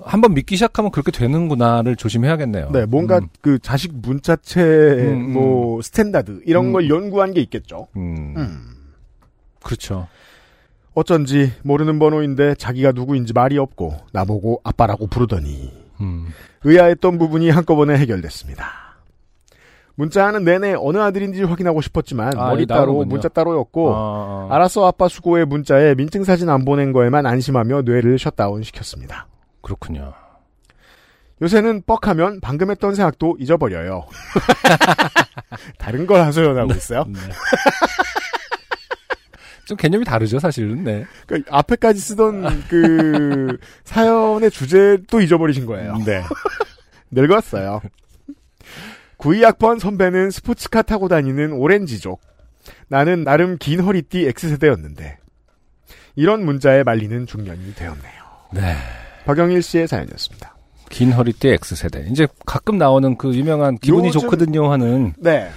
한번 믿기 시작하면 그렇게 되는구나를 조심해야겠네요.
네, 뭔가
음,
그 자식 문자체
음,
뭐 스탠다드 이런
음.
걸 연구한 게 있겠죠.
음,
음.
그렇죠.
어쩐지 모르는 번호인데 자기가 누구인지 말이 없고 나보고 아빠라고 부르더니
음,
의아했던 부분이 한꺼번에 해결됐습니다. 문자하는 내내 어느 아들인지 확인하고 싶었지만
아,
머리
이게
따로
나오는군요.
문자 따로였고
아,
알았어 아빠 수고해 문자에 민증 사진 안 보낸 거에만 안심하며 뇌를 셧다운 시켰습니다.
그렇군요.
요새는 뻑하면 방금 했던 생각도 잊어버려요. (laughs) 다른 걸 하소연하고 있어요.
네. 좀 개념이 다르죠, 사실은. 네.
그러니까 앞에까지 쓰던 그 사연의 주제도 잊어버리신 거예요. (laughs)
네.
늙었어요. 92학번 선배는 스포츠카 타고 다니는 오렌지족. 나는 나름 긴 허리띠 X세대였는데. 이런 문자에 말리는 중년이 되었네요.
네.
박영일 씨의 사연이었습니다.
긴 허리띠 X세대. 이제 가끔 나오는 그 유명한 기분이
요즘-
좋거든요 하는
네.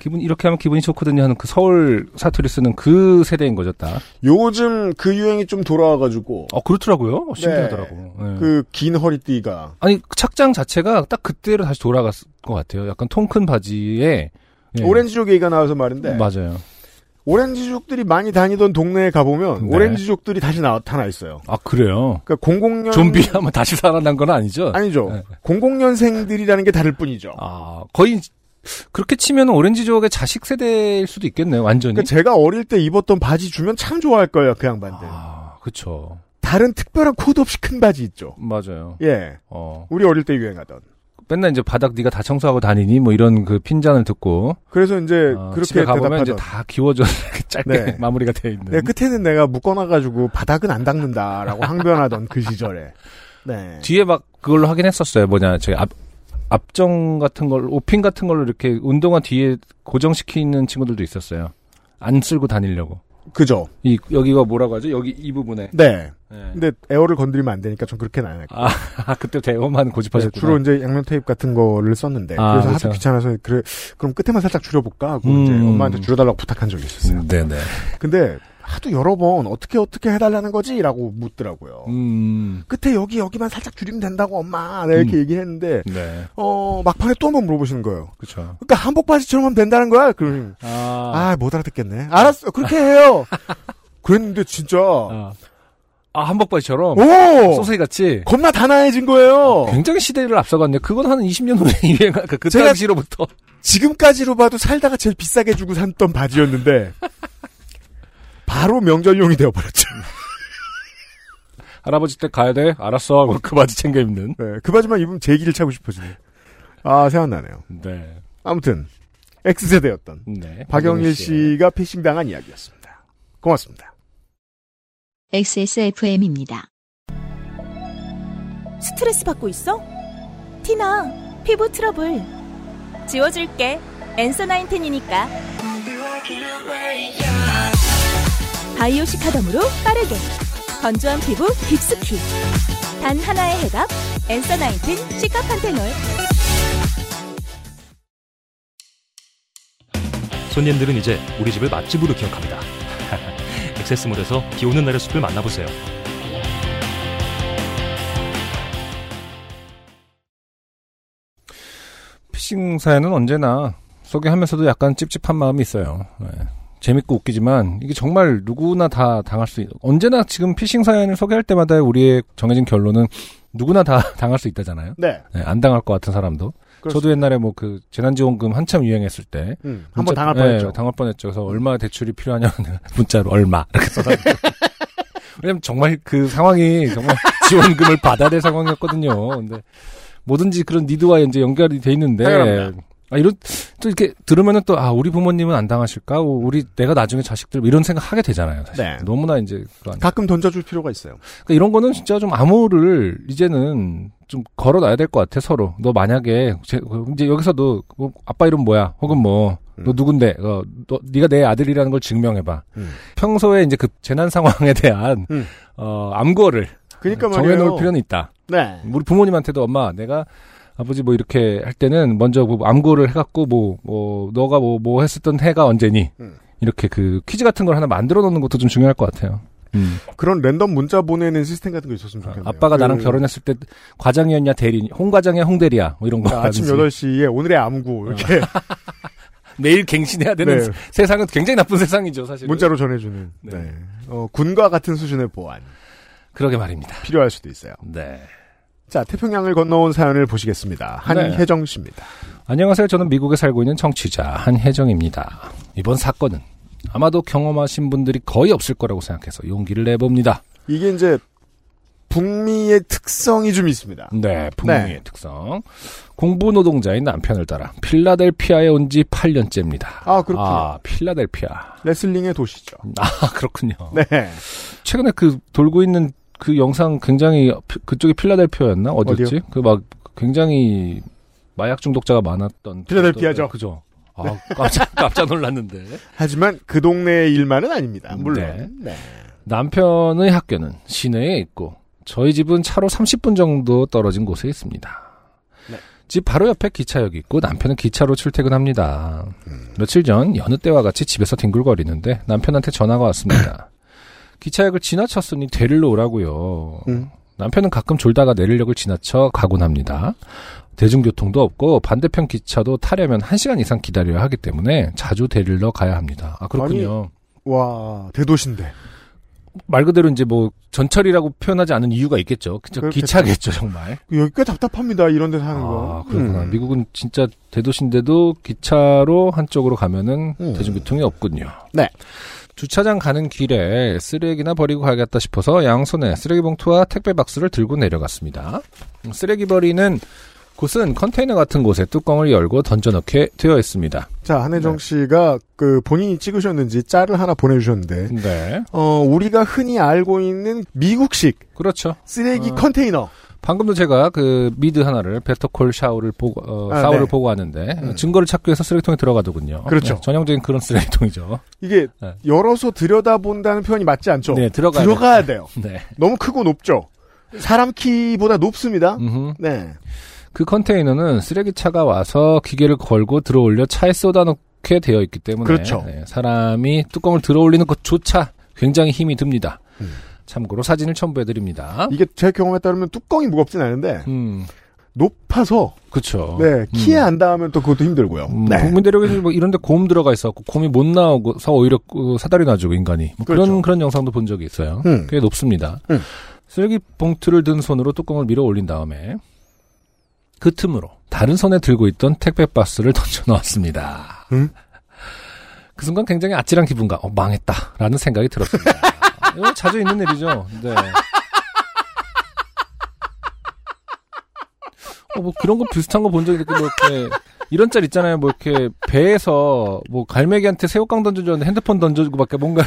기분 이렇게 하면 기분이 좋거든요 하는 그 서울 사투리 쓰는 그 세대인 거죠, 딱.
요즘 그 유행이 좀 돌아와가지고,
어 그렇더라고요. 어, 신기하더라고. 네.
그 긴 허리띠가.
아니 그 착장 자체가 딱 그때로 다시 돌아갔 것 같아요. 약간 통 큰 바지에 예. 네.
오렌지족 네. 얘기가 나와서 말인데,
맞아요.
오렌지족들이 많이 다니던 동네에 가보면,
네.
오렌지족들이 다시 나타나 있어요.
아 그래요.
그러니까 00년.
좀비하면 다시 살아난 건 아니죠?
아니죠.
네.
00년생들이라는 게 다를 뿐이죠.
아 거의 그렇게 치면 오렌지족의 자식 세대일 수도 있겠네요. 완전히.
그러니까 제가 어릴 때 입었던 바지 주면 참 좋아할 거예요, 그 양반들.
아 그렇죠.
다른 특별한 코드 없이 큰 바지 있죠.
맞아요.
예.
어
우리 어릴 때 유행하던.
맨날 이제 바닥 네가 다 청소하고 다니니 뭐 이런 그 핀잔을 듣고
그래서 이제
어,
네, 그렇게
집에 가보면 이제
대답하던.
다 음. 기워져 (laughs) 이렇게 짧게
네.
마무리가 돼 있는.
네, 끝에는 내가 묶어놔가지고 바닥은 안 닦는다라고 항변하던 그 시절에. 네.
뒤에 막 그걸로 하긴 했었어요. 뭐냐, 저희 앞, 앞정 같은 걸, 오핀 같은 걸로 이렇게 운동화 뒤에 고정시키는 친구들도 있었어요. 안 쓸고 다니려고.
그죠.
이, 여기가 뭐라고 하죠? 여기 이 부분에.
네.
네.
근데 에어를 건드리면 안 되니까 전 그렇게 나요.
아, 그때 대어만
네,
고집하셨구나.
주로 이제 양면 테이프 같은 거를 썼는데
아,
그래서
그렇죠.
하도 귀찮아서 그래 그럼 끝에만 살짝 줄여볼까 하고 이제
음.
엄마한테 줄여달라고 부탁한 적이 있었어요.
네네.
근데 하도 여러 번 어떻게 어떻게 해달라는 거지라고 묻더라고요.
음,
끝에 여기 여기만 살짝 줄이면 된다고 엄마 내가 이렇게 얘기했는데
네.
어 막판에 또 한 번 물어보시는 거예요.
그쵸.
그러니까 한복 바지처럼 하면 된다는 거야. 그럼
아, (laughs)
아못 알아듣겠네. 알았어 그렇게 해요. 그랬는데 진짜
아, 한복발처럼
오!
어. 소세지 어, 같이
겁나 단아해진 거예요.
굉장히 시대를 앞서갔네요. 그건 한 20년 후에 (laughs) 유행한 그, 그
제가-
당시로부터 (laughs)
지금까지로 봐도 살다가 제일 비싸게 주고 샀던 바지였는데 바로 명절용이 되어버렸죠. (laughs)
할아버지 댁 가야 돼. 알았어. 하고 그 바지 챙겨 입는.
네, 그 바지만 입으면 제기를 차고 싶어지네. 아 생각나네요.
네.
아무튼 X세대였던
네.
박영일 씨가 피싱당한 이야기였습니다. 고맙습니다.
XSFM입니다.
스트레스 받고 있어? 티나, 피부 트러블. 지워줄게. 엔서 나인틴이니까. 바이오 시카덤으로 빠르게. 건조한 피부 깊숙이. 단 하나의 해답. 엔서 나인틴 시카판테놀.
손님들은 이제 우리 집을 맛집으로 기억합니다. (laughs) 액세스몰에서 비 오는 날의 숲을 만나보세요.
피싱 사연은 언제나 소개하면서도 약간 찝찝한 마음이 있어요. 네. 재밌고 웃기지만 이게 정말 누구나 다 당할 수 있, 언제나 지금 피싱 사연을 소개할 때마다 우리의 정해진 결론은 누구나 다 (laughs) 당할 수 있다잖아요.
네.
네, 안 당할 것 같은 사람도. 저도 옛날에 뭐 그 재난지원금 한참 유행했을 때
음, 한번
문자-
당할
네,
뻔했죠.
당할 뻔했죠. 그래서 얼마 대출이 필요하냐는 (laughs) 문자로 얼마 이렇게 써가지고. (laughs) 왜냐면 정말 그 상황이 정말 (laughs) 지원금을 받아야 될 상황이었거든요. 근데 뭐든지 그런 니드와 이제 연결이 돼 있는데
당연합니다.
아 이런 또 이렇게 들으면은 또 아 우리 부모님은 안 당하실까? 어, 우리 내가 나중에 자식들 뭐 이런 생각 하게 되잖아요. 사실
네.
너무나 이제 그거 아니에요.
가끔 던져줄 필요가 있어요.
그러니까 이런 거는 진짜 좀 암호를 이제는 좀 걸어놔야 될 것 같아 서로. 너 만약에 제- 이제 여기서도 뭐 아빠 이름 뭐야? 혹은 뭐 너
음.
누군데? 어, 너 네가 내 아들이라는 걸 증명해봐.
음.
평소에 이제 그 재난 상황에 대한
음.
어, 암거를
그러니까 말이에요.
네, 정해놓을 필요는 있다.
네.
우리 부모님한테도 엄마 내가 아버지 뭐 이렇게 할 때는 먼저 뭐 암고를 해갖고 뭐, 뭐 너가 뭐 뭐 했었던 해가 언제니
음.
이렇게 그 퀴즈 같은 걸 하나 만들어 놓는 것도 좀 중요할 것 같아요. 음.
그런 랜덤 문자 보내는 시스템 같은 거 있었으면
아,
좋겠네요.
아빠가
그-
나랑 결혼했을 때 과장이었냐 대리 홍 과장이야 홍 대리야 뭐 이런 거
그러니까 아침
하면서
8시에 오늘의 암구
어.
이렇게
매일 갱신해야 되는
네.
세- 세상은 굉장히 나쁜 세상이죠 사실
문자로 전해주는 네.
네.
어, 군과 같은 수준의 보안
그러게 말입니다
필요할 수도 있어요.
네
자 태평양을 건너온 사연을 보시겠습니다.
네.
한혜정 씨입니다.
안녕하세요 저는 미국에 살고 있는 청취자 한혜정입니다 이번 사건은 아마도 경험하신 분들이 거의 없을 거라고 생각해서 용기를 내봅니다
이게 이제 북미의 특성이 좀 있습니다.
네 분명의 특성 공부 노동자인 남편을 따라 필라델피아에 온 지 8년째입니다
아, 그렇군요.
아 필라델피아
레슬링의 도시죠.
아 그렇군요
네.
최근에 그 돌고 있는 그 영상 굉장히 피- 그쪽이 필라델피아였나 어디였지? 그 막 굉장히 마약 중독자가 많았던
필라델피아죠.
그- 그죠. 아 깜짝 (laughs) 깜짝 놀랐는데
하지만 그 동네의 일만은 아닙니다. 물론. 네.
남편의 학교는 시내에 있고 저희 집은 차로 30분 정도 떨어진 곳에 있습니다.
네.
집 바로 옆에 기차역이 있고 남편은 기차로 출퇴근합니다. 며칠 전 여느 때와 같이 집에서 뒹굴거리는데 남편한테 전화가 왔습니다. 기차역을 지나쳤으니 데리러 오라고요.
음.
남편은 가끔 졸다가 내리력을 지나쳐 가곤 합니다. 대중교통도 없고 반대편 기차도 타려면 1시간 이상 기다려야 하기 때문에 자주 데리러 가야 합니다. 아 그렇군요.
와 대도시인데.
말 그대로 이제 뭐 전철이라고 표현하지 않은 이유가 있겠죠. 그저
그렇겠죠.
기차겠죠 정말.
여기 꽤 답답합니다. 이런 데 사는
아
거.
그렇구나.
음.
미국은 진짜 대도시인데도 기차로 한쪽으로 가면은
음.
대중교통이 없군요.
네.
주차장 가는 길에 쓰레기나 버리고 가야겠다 싶어서 양손에 쓰레기 봉투와 택배 박스를 들고 내려갔습니다. 음, 쓰레기 버리는 곳은 컨테이너 같은 곳에 뚜껑을 열고 던져넣게 되어 있습니다.
자
네.
한혜정 씨가 그 본인이 찍으셨는지 짤을 하나 보내주셨는데
네.
어, 우리가 흔히 알고 있는 미국식
그렇죠.
쓰레기
어.
컨테이너.
방금도 제가 그 미드 하나를 베터콜 샤워를 보고 어,
아,
사우를
네.
보고 하는데
음.
증거를 찾기 위해서 쓰레기통에 들어가더군요.
그렇죠.
네, 전형적인 그런 쓰레기통이죠.
이게
네.
열어서 들여다본다는 표현이 맞지 않죠?
네, 들어가야
들어가야 돼요.
네.
너무 크고 높죠? 사람 키보다 높습니다.
음흠.
네.
그 컨테이너는 쓰레기차가 와서 기계를 걸고 들어올려 차에 쏟아놓게 되어 있기 때문에
그렇죠.
네, 사람이 뚜껑을 들어올리는 것조차 굉장히 힘이 듭니다.
음.
참고로 사진을 첨부해 드립니다.
이게 제 경험에 따르면 뚜껑이 무겁진 않은데
음,
높아서
그렇죠.
네 키에 안 닿으면 또 그것도 힘들고요. 네.
음, 국민대륙에서 뭐 이런데 곰 들어가 있어갖고 곰이 못 나오고서 오히려 그 사다리 놔주고 인간이 뭐
그렇죠.
그런 그런 영상도 본 적이 있어요.
음.
꽤 높습니다.
음.
쓰레기 봉투를 든 손으로 뚜껑을 밀어 올린 다음에 그 틈으로 다른 손에 들고 있던 택배 박스를 (laughs) 던져 넣었습니다.
음?
그 순간 굉장히 아찔한 기분과 어, 망했다라는 생각이
(laughs)
들었습니다. 이건 자주 있는 일이죠. 네. 어, 뭐 그런 거 비슷한 거 본 적 있는데 뭐 이렇게 이런 짤 있잖아요. 뭐 이렇게 배에서 뭐 갈매기한테 새우깡 던져줬는데 핸드폰 던져주고밖에 뭔가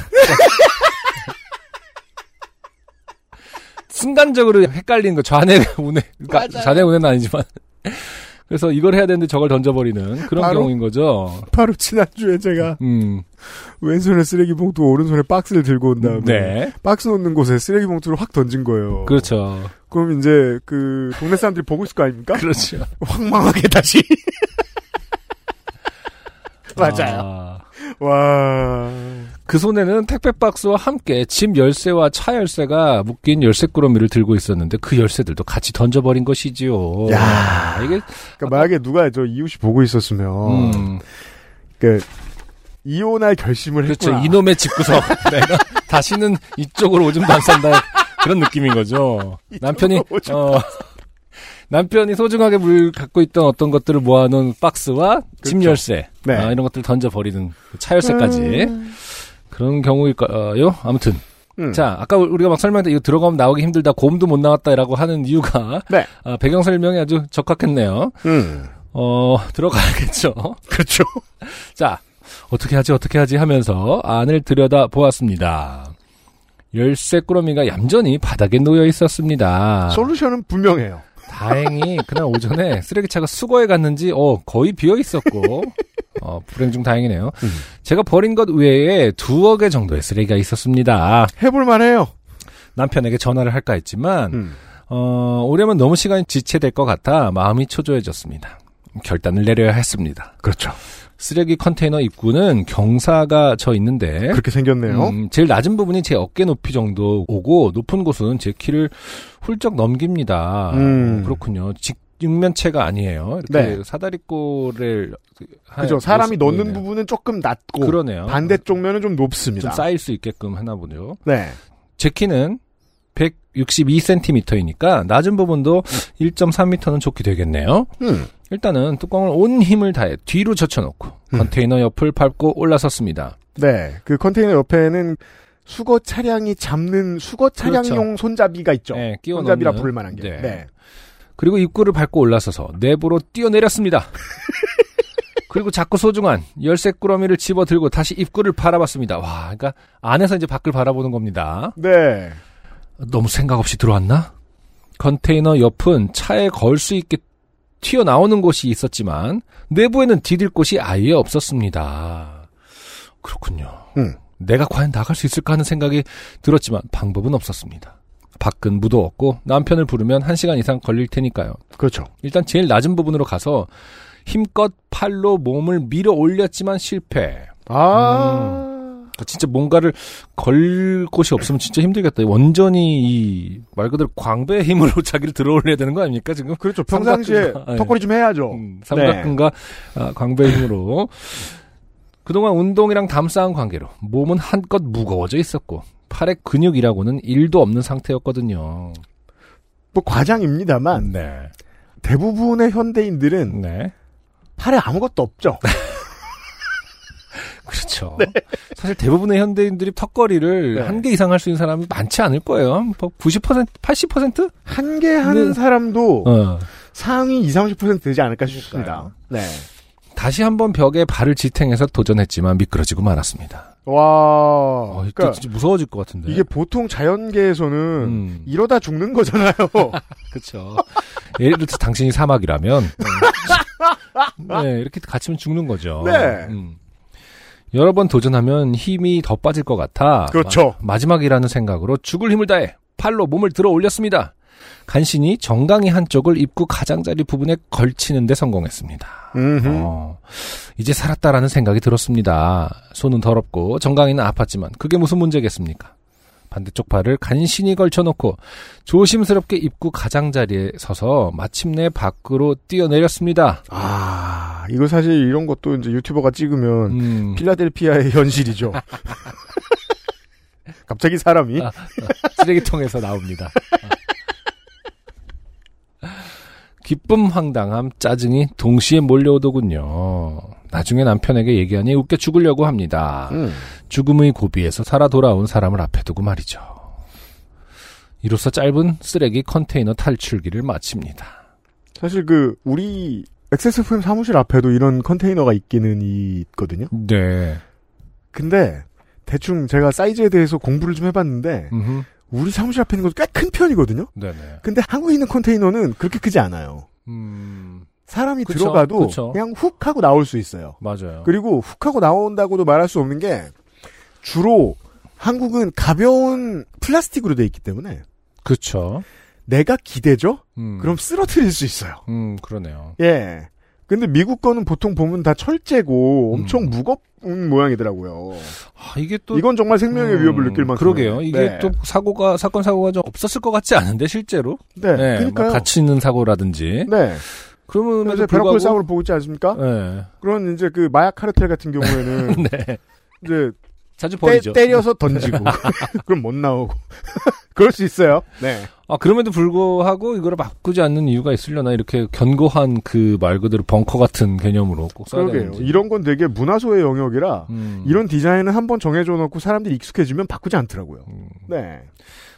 순간적으로 헷갈리는 거 좌뇌 (laughs) 우뇌 그러니까 좌뇌 우뇌는 아니지만 (laughs) 그래서 이걸 해야 되는데 저걸 던져버리는 그런
바로?
경우인 거죠.
바로 지난주에 제가
음,
왼손에 쓰레기 봉투, 오른손에 박스를 들고 온 다음에
네,
박스 놓는 곳에 쓰레기 봉투를 확 던진 거예요.
그렇죠,
그럼 이제 그 동네 사람들이 보고 있을 거 아닙니까?
그렇죠.
(laughs) 황망하게 다시. (laughs) 맞아요.
아,
와.
그 손에는 택배 박스와 함께 집 열쇠와 차 열쇠가 묶인 열쇠 꾸러미를 들고 있었는데 그 열쇠들도 같이 던져버린 것이지요. 아,
야.
이게
그러니까 만약에 누가 저 이웃이 보고 있었으면
음,
그 이혼할 결심을
그렇죠.
했구나.
이놈의 집구석.
(laughs)
내가 다시는 이쪽으로 오줌도 안 산다. 그런 느낌인 거죠. 남편이,
오줌
어, 남편이 소중하게 물 갖고 있던 어떤 것들을 모아놓은 박스와 집
그렇죠.
열쇠.
네.
아, 이런 것들을 던져버리는 그차 열쇠까지. 그런 경우일까요? 아무튼.
음.
자, 아까 우리가 막 설명했다 이거 들어가면 나오기 힘들다. 곰도 못 나왔다라고 하는 이유가
네.
아, 배경 설명이 아주 적합했네요.
음.
어, 들어가야겠죠.
(laughs) 그렇죠.
(laughs) 자, 어떻게 하지, 어떻게 하지 하면서 안을 들여다 보았습니다. 열쇠 꾸러미가 얌전히 바닥에 놓여 있었습니다.
솔루션은 분명해요.
다행히 그날 오전에 쓰레기차가 수거해 갔는지 어 거의 비어
(laughs)
있었고 어 불행 중 다행이네요.
음.
제가 버린 것 외에 두어 개 정도의 쓰레기가 있었습니다.
해볼만해요.
남편에게 전화를 할까 했지만
음.
어 오려면 너무 시간이 지체될 것 같아 마음이 초조해졌습니다. 결단을 내려야 했습니다.
그렇죠.
쓰레기 컨테이너 입구는 경사가 져 있는데
그렇게 생겼네요.
음, 제일 낮은 부분이 제 어깨 높이 정도 오고 높은 곳은 제 키를 훌쩍 넘깁니다.
음.
어, 그렇군요. 직 육면체가 아니에요. 이렇게
네.
사다리꼴을 하-
그죠. 사람이
모습
넣는
보이네요.
부분은 조금 낮고
아, 예. 그러네요. 음.
반대쪽 면은 좀
좀
높습니다.
쌓일 수 있게끔 하나 보죠.
네.
제 키는 162cm이니까 낮은 부분도 1.3m는 좋게 되겠네요.
음.
일단은 뚜껑을 온 힘을 다해 뒤로 젖혀놓고
음.
컨테이너 옆을 밟고 올라섰습니다.
네. 그 컨테이너 옆에는 수거 차량이 잡는 수거 차량용
그렇죠.
손잡이가 있죠.
네, 끼워
손잡이라
넣는.
부를 만한 게.
네.
네.
그리고 입구를 밟고 올라서서 내부로
(laughs)
뛰어내렸습니다. 그리고 자꾸 소중한 열쇠 꾸러미를 집어 들고 다시 입구를 바라봤습니다. 와, 그러니까 안에서 이제 밖을 바라보는 겁니다.
네.
너무 생각 없이 들어왔나? 컨테이너 옆은 차에 걸 수 있게 튀어나오는 곳이 있었지만 내부에는 디딜 곳이 아예 없었습니다. 그렇군요.
음.
내가 과연 나갈 수 있을까 하는 생각이 들었지만 방법은 없었습니다. 밖은 무도 없고 남편을 부르면 1시간 이상 걸릴 테니까요.
그렇죠.
일단 제일 낮은 부분으로 가서 힘껏 팔로 몸을 밀어 올렸지만 실패.
아.
음. 진짜 뭔가를 걸 곳이 없으면 진짜 힘들겠다. 완전히 이 말 그대로 광배의 힘으로 (laughs) 자기를 들어 올려야 되는 거 아닙니까 지금?
그렇죠. 평상시에
삼각근과- 네.
턱걸이 좀 해야죠.
음, 삼각근과 아, 광배의 힘으로 그동안 운동이랑 담쌓은 관계로 몸은 한껏 무거워져 있었고 팔의 근육이라고는 일도 없는 상태였거든요.
뭐 과장입니다만
네.
대부분의 현대인들은
네.
팔에 아무것도 없죠.
그렇죠. 사실 대부분의 현대인들이 턱걸이를
네.
한 개 이상 할 수 있는 사람이 많지 않을 거예요. 뭐 90%, 80%?
한 개 하는
네.
사람도
어.
상위 20, 30% 되지 않을까 싶습니다.
그러니까요.
네.
다시 한번 벽에 발을 지탱해서 도전했지만 미끄러지고 말았습니다.
와.
어, 이때
그러니까
진짜 무서워질 것 같은데.
이게 보통 자연계에서는
음,
이러다
(laughs)
죽는 거잖아요.
그렇죠. 예를 들어서 당신이
(laughs)
사막이라면 음, 네, 이렇게 갇히면 죽는 거죠.
네.
음. 여러 번 도전하면 힘이 더 빠질 것 같아.
그렇죠.
마, 지막이라는 생각으로 죽을 힘을 다해 팔로 몸을 들어 올렸습니다. 간신히 정강이 한쪽을 입구 가장자리 부분에 걸치는 데 성공했습니다.
음흠.
어, 이제 살았다라는 생각이 들었습니다. 손은 더럽고 정강이는 아팠지만 그게 무슨 문제겠습니까? 반대쪽 발을 간신히 걸쳐놓고 조심스럽게 입구 가장자리에 서서 마침내 밖으로 뛰어내렸습니다.
아, 이거 사실 이런 것도 이제 유튜버가 찍으면
음,
필라델피아의
(laughs)
(laughs) 현실이죠. 갑자기 사람이
아. 쓰레기통에서 나옵니다. (laughs) 기쁨, 황당함, 짜증이 동시에 몰려오더군요. 나중에 남편에게 얘기하니 웃겨 죽으려고 합니다.
음.
죽음의 고비에서 살아 돌아온 사람을 앞에 두고 말이죠. 이로써 짧은 쓰레기 컨테이너 탈출기를 마칩니다.
사실 그 우리 XSFM 사무실 앞에도 이런 컨테이너가 있기는 있거든요.
네.
근데 대충 제가 사이즈에 대해서 공부를 좀 해봤는데
음.
우리 사무실 앞에 있는 것도 꽤 큰 편이거든요.
네네.
근데 한국에 있는 컨테이너는 그렇게 크지 않아요.
음.
사람이
그쵸,
들어가도
그쵸.
그냥 훅 하고 나올 수 있어요.
맞아요.
그리고 훅 하고 나온다고도 말할 수 없는 게 주로 한국은 가벼운 플라스틱으로 돼 있기 때문에
그쵸.
내가 기대죠?
음.
그럼 쓰러뜨릴 수 있어요.
음, 그러네요.
예. 근데 미국 거는 보통 보면 다 철제고 엄청
음.
무겁은 모양이더라고요.
아, 이게 또.
이건 정말 생명의
음,
위협을 느낄 만큼. 네.
그러게요. 이게 또 사고가, 사건 사고가 좀 없었을 것 같지 않은데, 실제로.
네.
네,
그러니까요.
막 가치는 사고라든지.
네.
그러면에도
그래서 베라콜
불구하고.
싸움을 보고 있지 않습니까?
네.
그런 이제 그 마약 카르텔 같은 경우에는
(laughs) 네.
이제
자주
때,
버리죠.
때려서
(laughs)
던지고 (laughs) 그럼 못 나오고 (laughs) 그럴 수 있어요. 네.
아, 그럼에도 불구하고 이걸 바꾸지 않는 이유가 있으려나 이렇게 견고한 그 말 그대로 벙커 같은 개념으로 꼭 써야
그러게요.
되는지.
이런 건 되게 문화소의 영역이라
음.
이런 디자인은 한번 정해줘 놓고 사람들이 익숙해지면 바꾸지 않더라고요.
음.
네.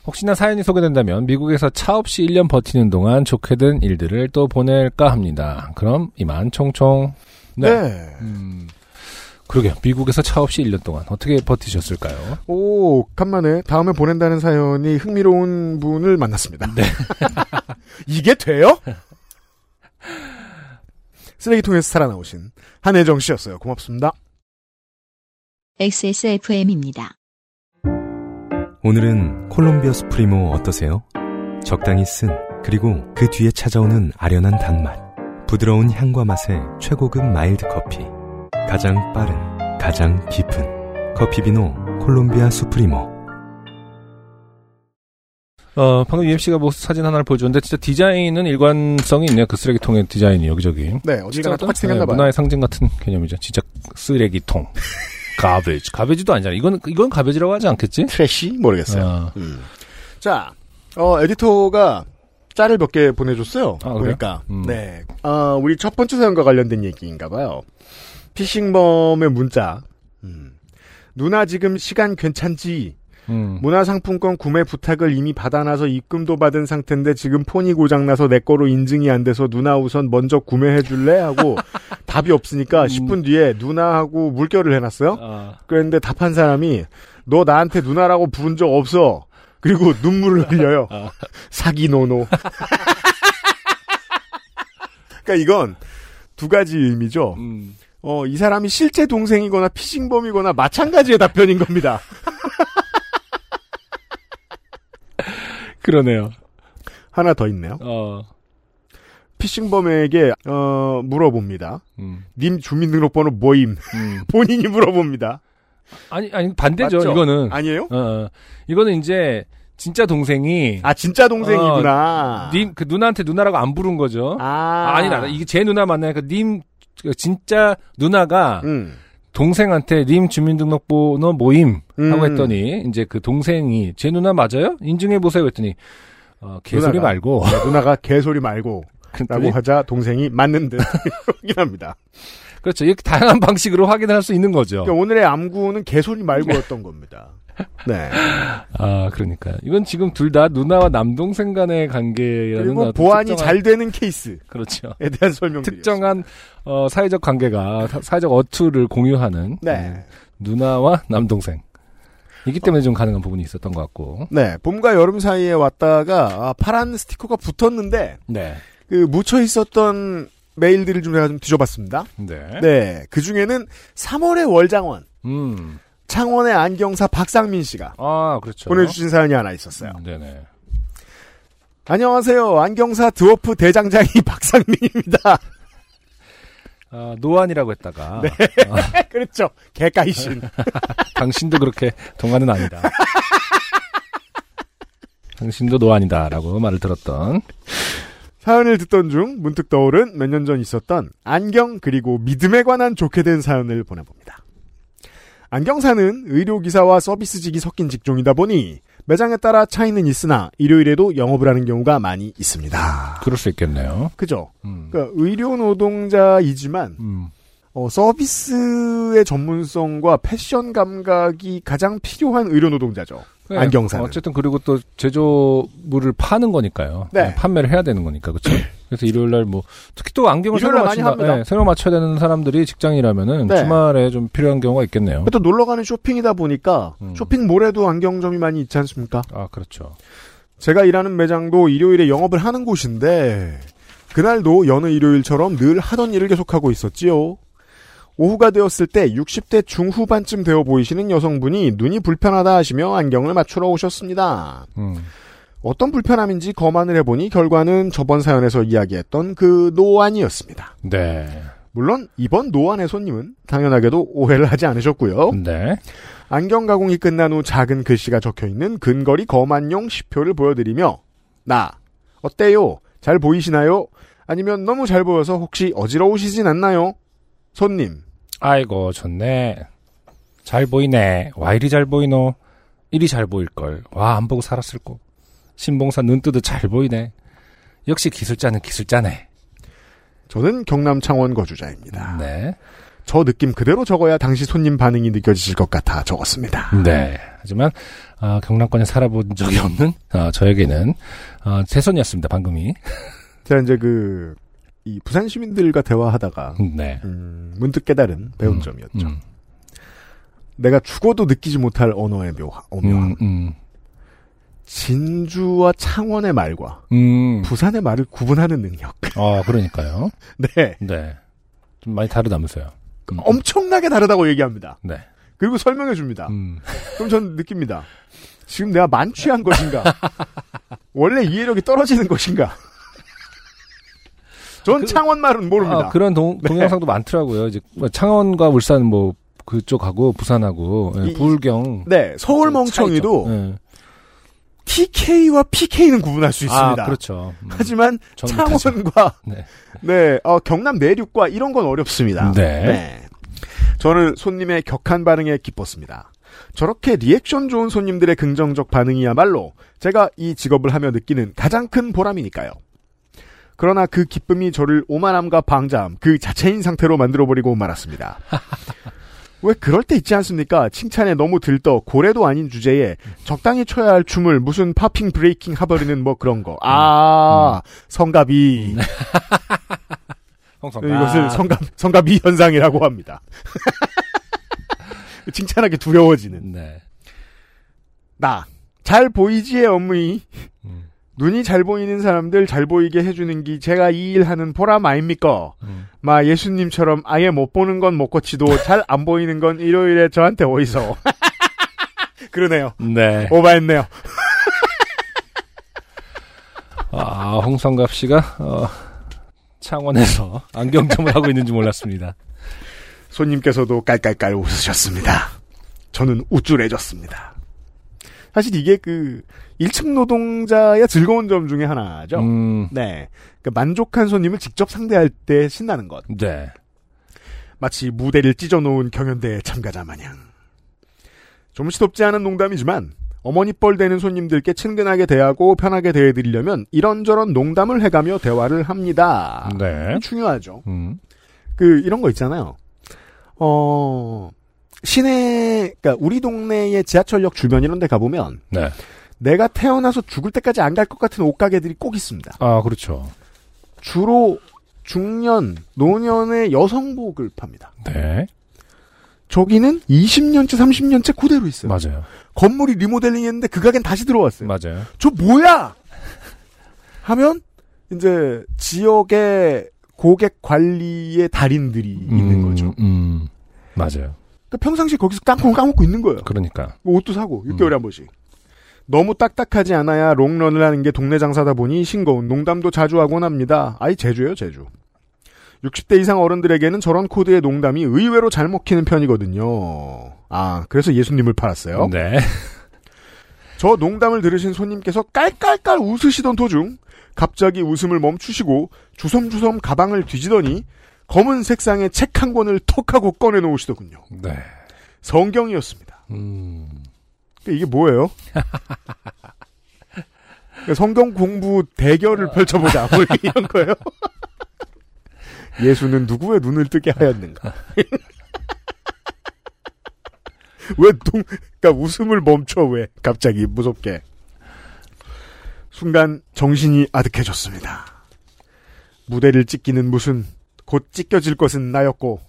혹시나 사연이 소개된다면 미국에서 차 없이 1년 버티는 동안 좋게 된 일들을 또 보낼까 합니다. 그럼 이만 총총.
네.
음, 그러게요. 미국에서 차 없이 1년 동안 어떻게 버티셨을까요?
오, 간만에 다음에 보낸다는 사연이 흥미로운 분을 만났습니다. 네. (laughs) 이게 돼요? 쓰레기통에서 살아나오신 한혜정 씨였어요. 고맙습니다.
XSFM입니다.
오늘은 콜롬비아 수프리모 어떠세요? 적당히 쓴 그리고 그 뒤에 찾아오는 아련한 단맛 부드러운 향과 맛의 최고급 마일드 커피 가장 빠른 가장 깊은 커피 비노 콜롬비아 수프리모
어, 방금 UMC가 뭐 사진 하나를 보여줬는데 진짜 디자인은 일관성이 있네요. 그 쓰레기통의 디자인이 여기저기.
네, 어디가나 똑같이
네,
생겼나 봐요.
문화의 상징 같은 개념이죠. 진짜 쓰레기통. 가베지. 가베지도 아니잖아. 이건, 이건 가베지라고 하지 않겠지?
트래쉬? 모르겠어요.
아,
음. 자, 어, 에디터가 짤을 몇 개 보내줬어요.
아, 그래요?
그러니까.
음.
네. 아, 우리 첫 번째 사연과 관련된 얘기인가 봐요. 피싱범의 문자. 음. 누나 지금 시간 괜찮지?
음.
문화상품권 구매 부탁을 이미 받아놔서 입금도 받은 상태인데 지금 폰이 고장나서 내 거로 인증이 안 돼서 누나 우선 먼저 구매해줄래? 하고 (laughs) 답이 없으니까 10분 뒤에 누나하고 물결을 해놨어요.
아,
그랬는데 답한 사람이 너 나한테 누나라고 부른 적 없어. 그리고 눈물을 흘려요. 사기 노노. 그러니까 이건 두 가지 의미죠.
음.
어, 이 사람이 실제 동생이거나 피싱범이거나 마찬가지의 답변인 겁니다.
그러네요.
하나 더 있네요.
어,
피싱범에게 어, 물어봅니다.
음,
님 주민등록번호 뭐임? (laughs)
음.
본인이 물어봅니다.
아니, 아니, 반대죠,
맞죠?
이거는.
아니에요?
어, 어. 이거는 이제, 진짜 동생이,
아 진짜 동생이구나.
님, 그 누나한테 누나라고 안 부른 거죠.
아,
아, 니다 이게 제 누나 만나니까, 님, 그 진짜 누나가
음.
동생한테 님 주민등록번호 모임 하고
음.
했더니, 이제 그 동생이, 제 누나 맞아요? 인증해보세요. 했더니, 어, 개소리
누나가.
말고. (laughs)
야, 누나가 개소리 말고 라고
그랬더니
하자 동생이 맞는
(laughs)
듯 확인합니다.
그렇죠. 이렇게 다양한 (laughs) 방식으로 확인할 수 있는 거죠.
그러니까 오늘의 암구는 개소리 말고였던 겁니다. 네.
아, 그러니까 이건 지금 둘 다 누나와 남동생 간의 관계라는
그리고
어떤
보안이
특정한-
잘 되는 케이스에 (laughs)
그렇죠.
대한 설명.
특정한 어, 사회적 관계가 사- 사회적 어투를 공유하는 음,
네.
누나와 남동생. 이기 때문에 좀 가능한 부분이 있었던 것 같고.
네. 봄과 여름 사이에 왔다가 아, 파란 스티커가 붙었는데
네.
그 묻혀 있었던 메일들을 좀 제가 좀 뒤져봤습니다.
네.
네. 그 중에는 3월의 월장원
음.
창원의 안경사 박상민 씨가
아, 그렇죠.
보내주신 사연이 하나 있었어요.
음, 네네.
안녕하세요. 안경사 드워프 대장장이 (laughs) 박상민입니다. (laughs)
아, 노안이라고 했다가
네. 그렇죠. 개까이신.
당신도 그렇게 동안은 아니다. 당신도 노안이다라고 말을 들었던
사연을 듣던 중 문득 떠오른 몇 년 전 있었던 안경 그리고 믿음에 관한 좋게 된 사연을 보내봅니다. 안경사는 의료기사와 서비스직이 섞인 직종이다 보니 매장에 따라 차이는 있으나 일요일에도 영업을 하는 경우가 많이 있습니다.
그럴 수 있겠네요.
그죠?
음.
그러니까 의료 노동자이지만
음.
어, 서비스의 전문성과 패션 감각이 가장 필요한 의료 노동자죠.
네,
안경사는.
어쨌든 그리고 또 제조물을 파는 거니까요.
네.
네, 판매를 해야 되는 거니까 그렇죠. 그래서 일요일 날 뭐 특히 또 안경을
일요일
새로
날 많이
맞춘다.
합니다.
네, 새로 맞춰야 되는 사람들이 직장이라면은
네. 그
주말에 좀 필요한 경우가 있겠네요.
또 놀러 가는 쇼핑이다 보니까
음.
쇼핑몰에도 안경점이 많이 있지 않습니까?
아 그렇죠.
제가 일하는 매장도 일요일에 영업을 하는 곳인데 그날도 여느 일요일처럼 늘 하던 일을 계속하고 있었지요. 오후가 되었을 때 60대 중후반쯤 되어 보이시는 여성분이 눈이 불편하다 하시며 안경을 맞추러 오셨습니다.
음.
어떤 불편함인지 검안을 해보니 결과는 저번 사연에서 이야기했던 그 노안이었습니다.
네.
물론 이번 노안의 손님은 당연하게도 오해를 하지 않으셨고요.
네.
안경 가공이 끝난 후 작은 글씨가 적혀 있는 근거리 거만용 시표를 보여드리며 나 어때요? 잘 보이시나요? 아니면 너무 잘 보여서 혹시 어지러우시진 않나요? 손님
아이고 좋네. 잘 보이네. 와 이리 잘 보이노. 이리 잘 보일 걸. 와 안 보고 살았을 거. 신봉사 눈 뜨듯 잘 보이네. 역시 기술자는 기술자네.
저는 경남 창원 거주자입니다.
네.
저 느낌 그대로 적어야 당시 손님 반응이 느껴지실 것 같아 적었습니다.
네. 하지만 아, 경남권에 살아본 적이 없는 아, 저에게는 아, 제 손이었습니다. 방금이. (laughs)
제가 이제 그 이 부산 시민들과 대화하다가
네.
음, 문득 깨달은 배운
음,
점이었죠.
음,
내가 죽어도 느끼지 못할 언어의 묘함,
음,
오묘함.
음,
진주와 창원의 말과
음.
부산의 말을 구분하는 능력. (laughs)
어, 그러니까요.
네.
네. 좀 많이 다르다면서요. 음,
엄청나게 아, 다르다고 얘기합니다.
네.
그리고 설명해 줍니다.
음.
그럼 전 느낍니다. 지금 내가
(laughs)
만취한 것인가? 원래 이해력이 떨어지는 것인가? 전 창원 말은 모릅니다.
그
네.
아, 그런 동, 동영상도 많더라고요. 이제 뭐 창원과 울산 뭐 그쪽하고 부산하고 예,
이- 어,
부울경
네, 서울 멍청이도
그 차이죠. 예.
TK와 PK는 구분할 수 있습니다.
아, 그렇죠. 음,
(laughs) 하지만
저는 못하죠.
창원과
네.
네, 어, 경남 내륙과 이런 건 어렵습니다.
네.
저는 손님의 격한 반응에 기뻤습니다. 저렇게 리액션 좋은 손님들의 긍정적 반응이야말로 제가 이 직업을 하며 느끼는 가장 큰 보람이니까요. 그러나 그 기쁨이 저를 오만함과 방자함 그 자체인 상태로 만들어버리고 말았습니다. 왜 그럴 때 있지 않습니까? 칭찬에 너무 들떠 고래도 아닌 주제에 적당히 춰야 할 춤을 무슨 파핑 브레이킹 하버리는 뭐 그런 거. 아, 성가비.
형성.
이것을 성갑, 성갑이 현상이라고 합니다. (laughs) 칭찬하기 두려워지는.
네.
나. 잘 보이지의 업무이.
음.
눈이 잘 보이는 사람들 잘 보이게 해주는 게 제가 이 일하는 보람 아닙니까?
음.
마 예수님처럼 아예 못 보는 건 못 고치도 잘 안 보이는 건 일요일에 저한테 어디서. (laughs) 그러네요.
네.
오바했네요.
아, 홍성갑 씨가 어, 창원에서 안경점을 하고 있는지 몰랐습니다.
손님께서도 깔깔깔 웃으셨습니다. 저는 우쭐해졌습니다. 사실 이게 그 1층 노동자의 즐거운 점 중에 하나죠.
음,
네. 그 만족한 손님을 직접 상대할 때 신나는 것.
네.
마치 무대를 찢어놓은 경연대회 참가자 마냥. 좀시덥지 않은 농담이지만 어머니 뻘 되는 손님들께 친근하게 대하고 편하게 대해드리려면 이런저런 농담을 해가며 대화를 합니다.
네.
중요하죠.
음,
그 이런 거 있잖아요. 어 시내 그러니까 우리 동네의 지하철역 주변 이런 데 가보면
네.
내가 태어나서 죽을 때까지 안 갈 것 같은 옷가게들이 꼭 있습니다.
아, 그렇죠.
주로 중년, 노년의 여성복을 팝니다.
네.
저기는 20년째, 30년째 그대로 있어요.
맞아요.
건물이 리모델링 했는데 그 가게는 다시 들어왔어요.
맞아요.
저 뭐야? 하면 이제 지역의 고객 관리의 달인들이 있는
음,
거죠.
음. 맞아요.
그러니까 평상시에 거기서 깡통 까먹고 있는 거예요.
그러니까.
뭐 옷도 사고 6개월에 한 번씩. 너무 딱딱하지 않아야 롱런을 하는 게 동네 장사다 보니 싱거운 농담도 자주 하곤 합니다. 아이 제주예요 제주. 60대 이상 어른들에게는 저런 코드의 농담이 의외로 잘 먹히는 편이거든요. 아 그래서 예수님을 팔았어요.
네.
저 농담을 들으신 손님께서 깔깔깔 웃으시던 도중 갑자기 웃음을 멈추시고 주섬주섬 가방을 뒤지더니 검은 색상의 책 한 권을 턱 하고 꺼내놓으시더군요.
네.
성경이었습니다.
음.
근데 이게 뭐예요? 그러니까 (laughs) 성경 공부 대결을 펼쳐보자. 뭐 이런 거예요? 예수는 누구의 눈을 뜨게 하였는가? (laughs) 왜 동, 그러니까 웃음을 멈춰 왜 갑자기 무섭게 순간 정신이 아득해졌습니다. 무대를 찍기는 무슨 곧 찢겨질 것은 나였고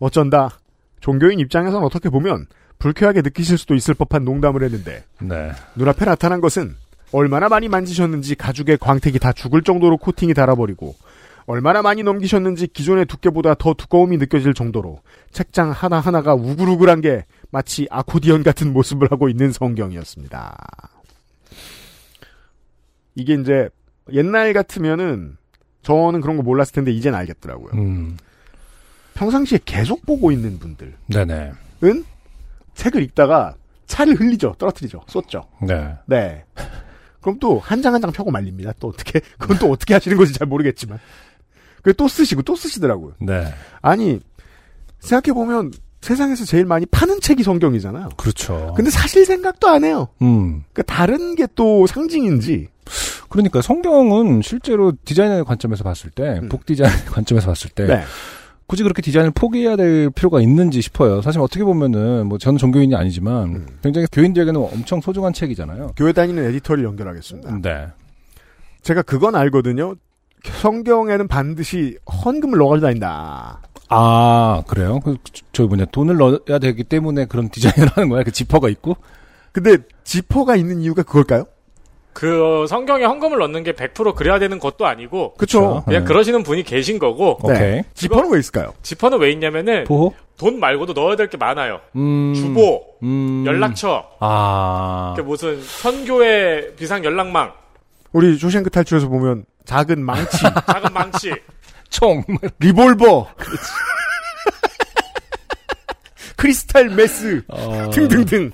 어쩐다 종교인 입장에선 어떻게 보면 불쾌하게 느끼실 수도 있을 법한 농담을 했는데
네.
눈앞에 나타난 것은 얼마나 많이 만지셨는지 가죽의 광택이 다 죽을 정도로 코팅이 달아버리고 얼마나 많이 넘기셨는지 기존의 두께보다 더 두꺼움이 느껴질 정도로 책장 하나하나가 우글우글한 게 마치 아코디언 같은 모습을 하고 있는 성경이었습니다. 이게 이제 옛날 같으면은 저는 그런 거 몰랐을 텐데 이젠 알겠더라고요.
음.
평상시에 계속 보고 있는 분들
네네.
은 책을 읽다가 차를 흘리죠. 떨어뜨리죠. 쏟죠.
네.
네. 그럼 또 한 장 한 장 펴고 말립니다. 또 어떻게 그건 또 어떻게 하시는 건지 잘 모르겠지만. 그또 쓰시고 또 쓰시더라고요.
네.
아니 생각해 보면 세상에서 제일 많이 파는 책이 성경이잖아요.
그렇죠.
근데 사실 생각도 안 해요.
음.
그 다른 게 또 상징인지.
그러니까 성경은 실제로 디자인의 관점에서 봤을 때,
음.
북 디자인의 (laughs) 관점에서 봤을 때,
네.
굳이 그렇게 디자인을 포기해야 될 필요가 있는지 싶어요. 사실 어떻게 보면은, 뭐, 저는 종교인이 아니지만,
음.
굉장히 교인들에게는 엄청 소중한 책이잖아요.
교회 다니는 에디터를 연결하겠습니다.
네.
제가 그건 알거든요. 성경에는 반드시 헌금을 넣어가지고 다닌다.
아, 그래요? 그, 저, 저 뭐냐, 돈을 넣어야 되기 때문에 그런 디자인을 (laughs) 하는 거야? 그 지퍼가 있고?
근데 지퍼가 있는 이유가 그걸까요?
그 성경에 헌금을 넣는 게 100% 그래야 되는 것도 아니고
그쵸.
그냥
네.
그러시는 분이 계신 거고
오케이.
네. 지퍼는 왜 있을까요?
지퍼는 왜 있냐면은
보호?
돈 말고도 넣어야 될 게 많아요.
음.
주보,
음.
연락처,
아.
이렇게 무슨 선교회 비상 연락망,
우리 쇼생크 탈출에서 보면 작은 (laughs) 망치,
(laughs)
작은 망치.
총.
리볼버. 크리스탈 메스 등등등.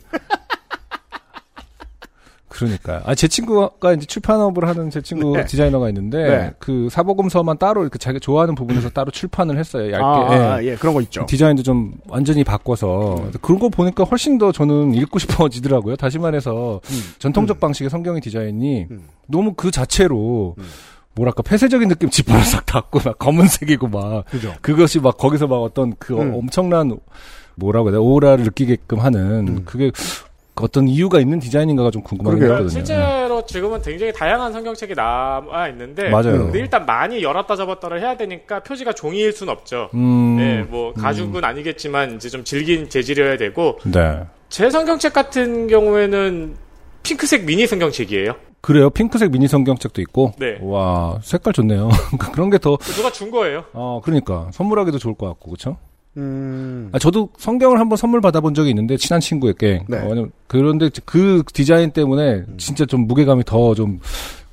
그러니까. 아, 제 친구가 이제 출판업을 하는 제 친구
네.
디자이너가 있는데,
네.
그 사보검서만 따로 이렇게 자기 좋아하는 부분에서 따로 출판을 했어요. 얇게.
아, 아,
예.
예, 그런 거 있죠. 음.
디자인도 좀 완전히 바꿔서 그런 거 보니까 훨씬 더 저는 읽고 싶어지더라고요. 다시 말해서 전통적 방식의 성경의 디자인이
음.
너무 그 자체로
음.
뭐랄까 폐쇄적인 느낌 지퍼를 싹 닫고 막 검은색이고 막
그죠.
그것이 막 거기서 막 어떤 그
음.
엄청난 뭐라고 해야 되나 오라를 느끼게끔 하는
음.
그게 어떤 이유가 있는 디자인인가가 좀 궁금하긴
그러게요.
했거든요.
실제로 지금은 굉장히 다양한 성경책이 남아 있는데
맞아요.
근데 일단 많이 열었다 잡았다를 해야 되니까 표지가 종이일 순 없죠.
음.
네, 뭐 가죽은 아니겠지만 이제 좀 질긴 재질이어야 되고
네.
제 성경책 같은 경우에는 핑크색 미니 성경책이에요.
그래요. 핑크색 미니 성경책도 있고.
네.
와, 색깔 좋네요. (laughs) 그런 게 더,
누가 준 거예요?
어, 그러니까. 선물하기도 좋을 것 같고, 그쵸?
음.
아, 저도 성경을 한번 선물 받아본 적이 있는데 친한 친구에게.
네.
어, 왜냐면 그런데 그 디자인 때문에 진짜 좀 무게감이 더 좀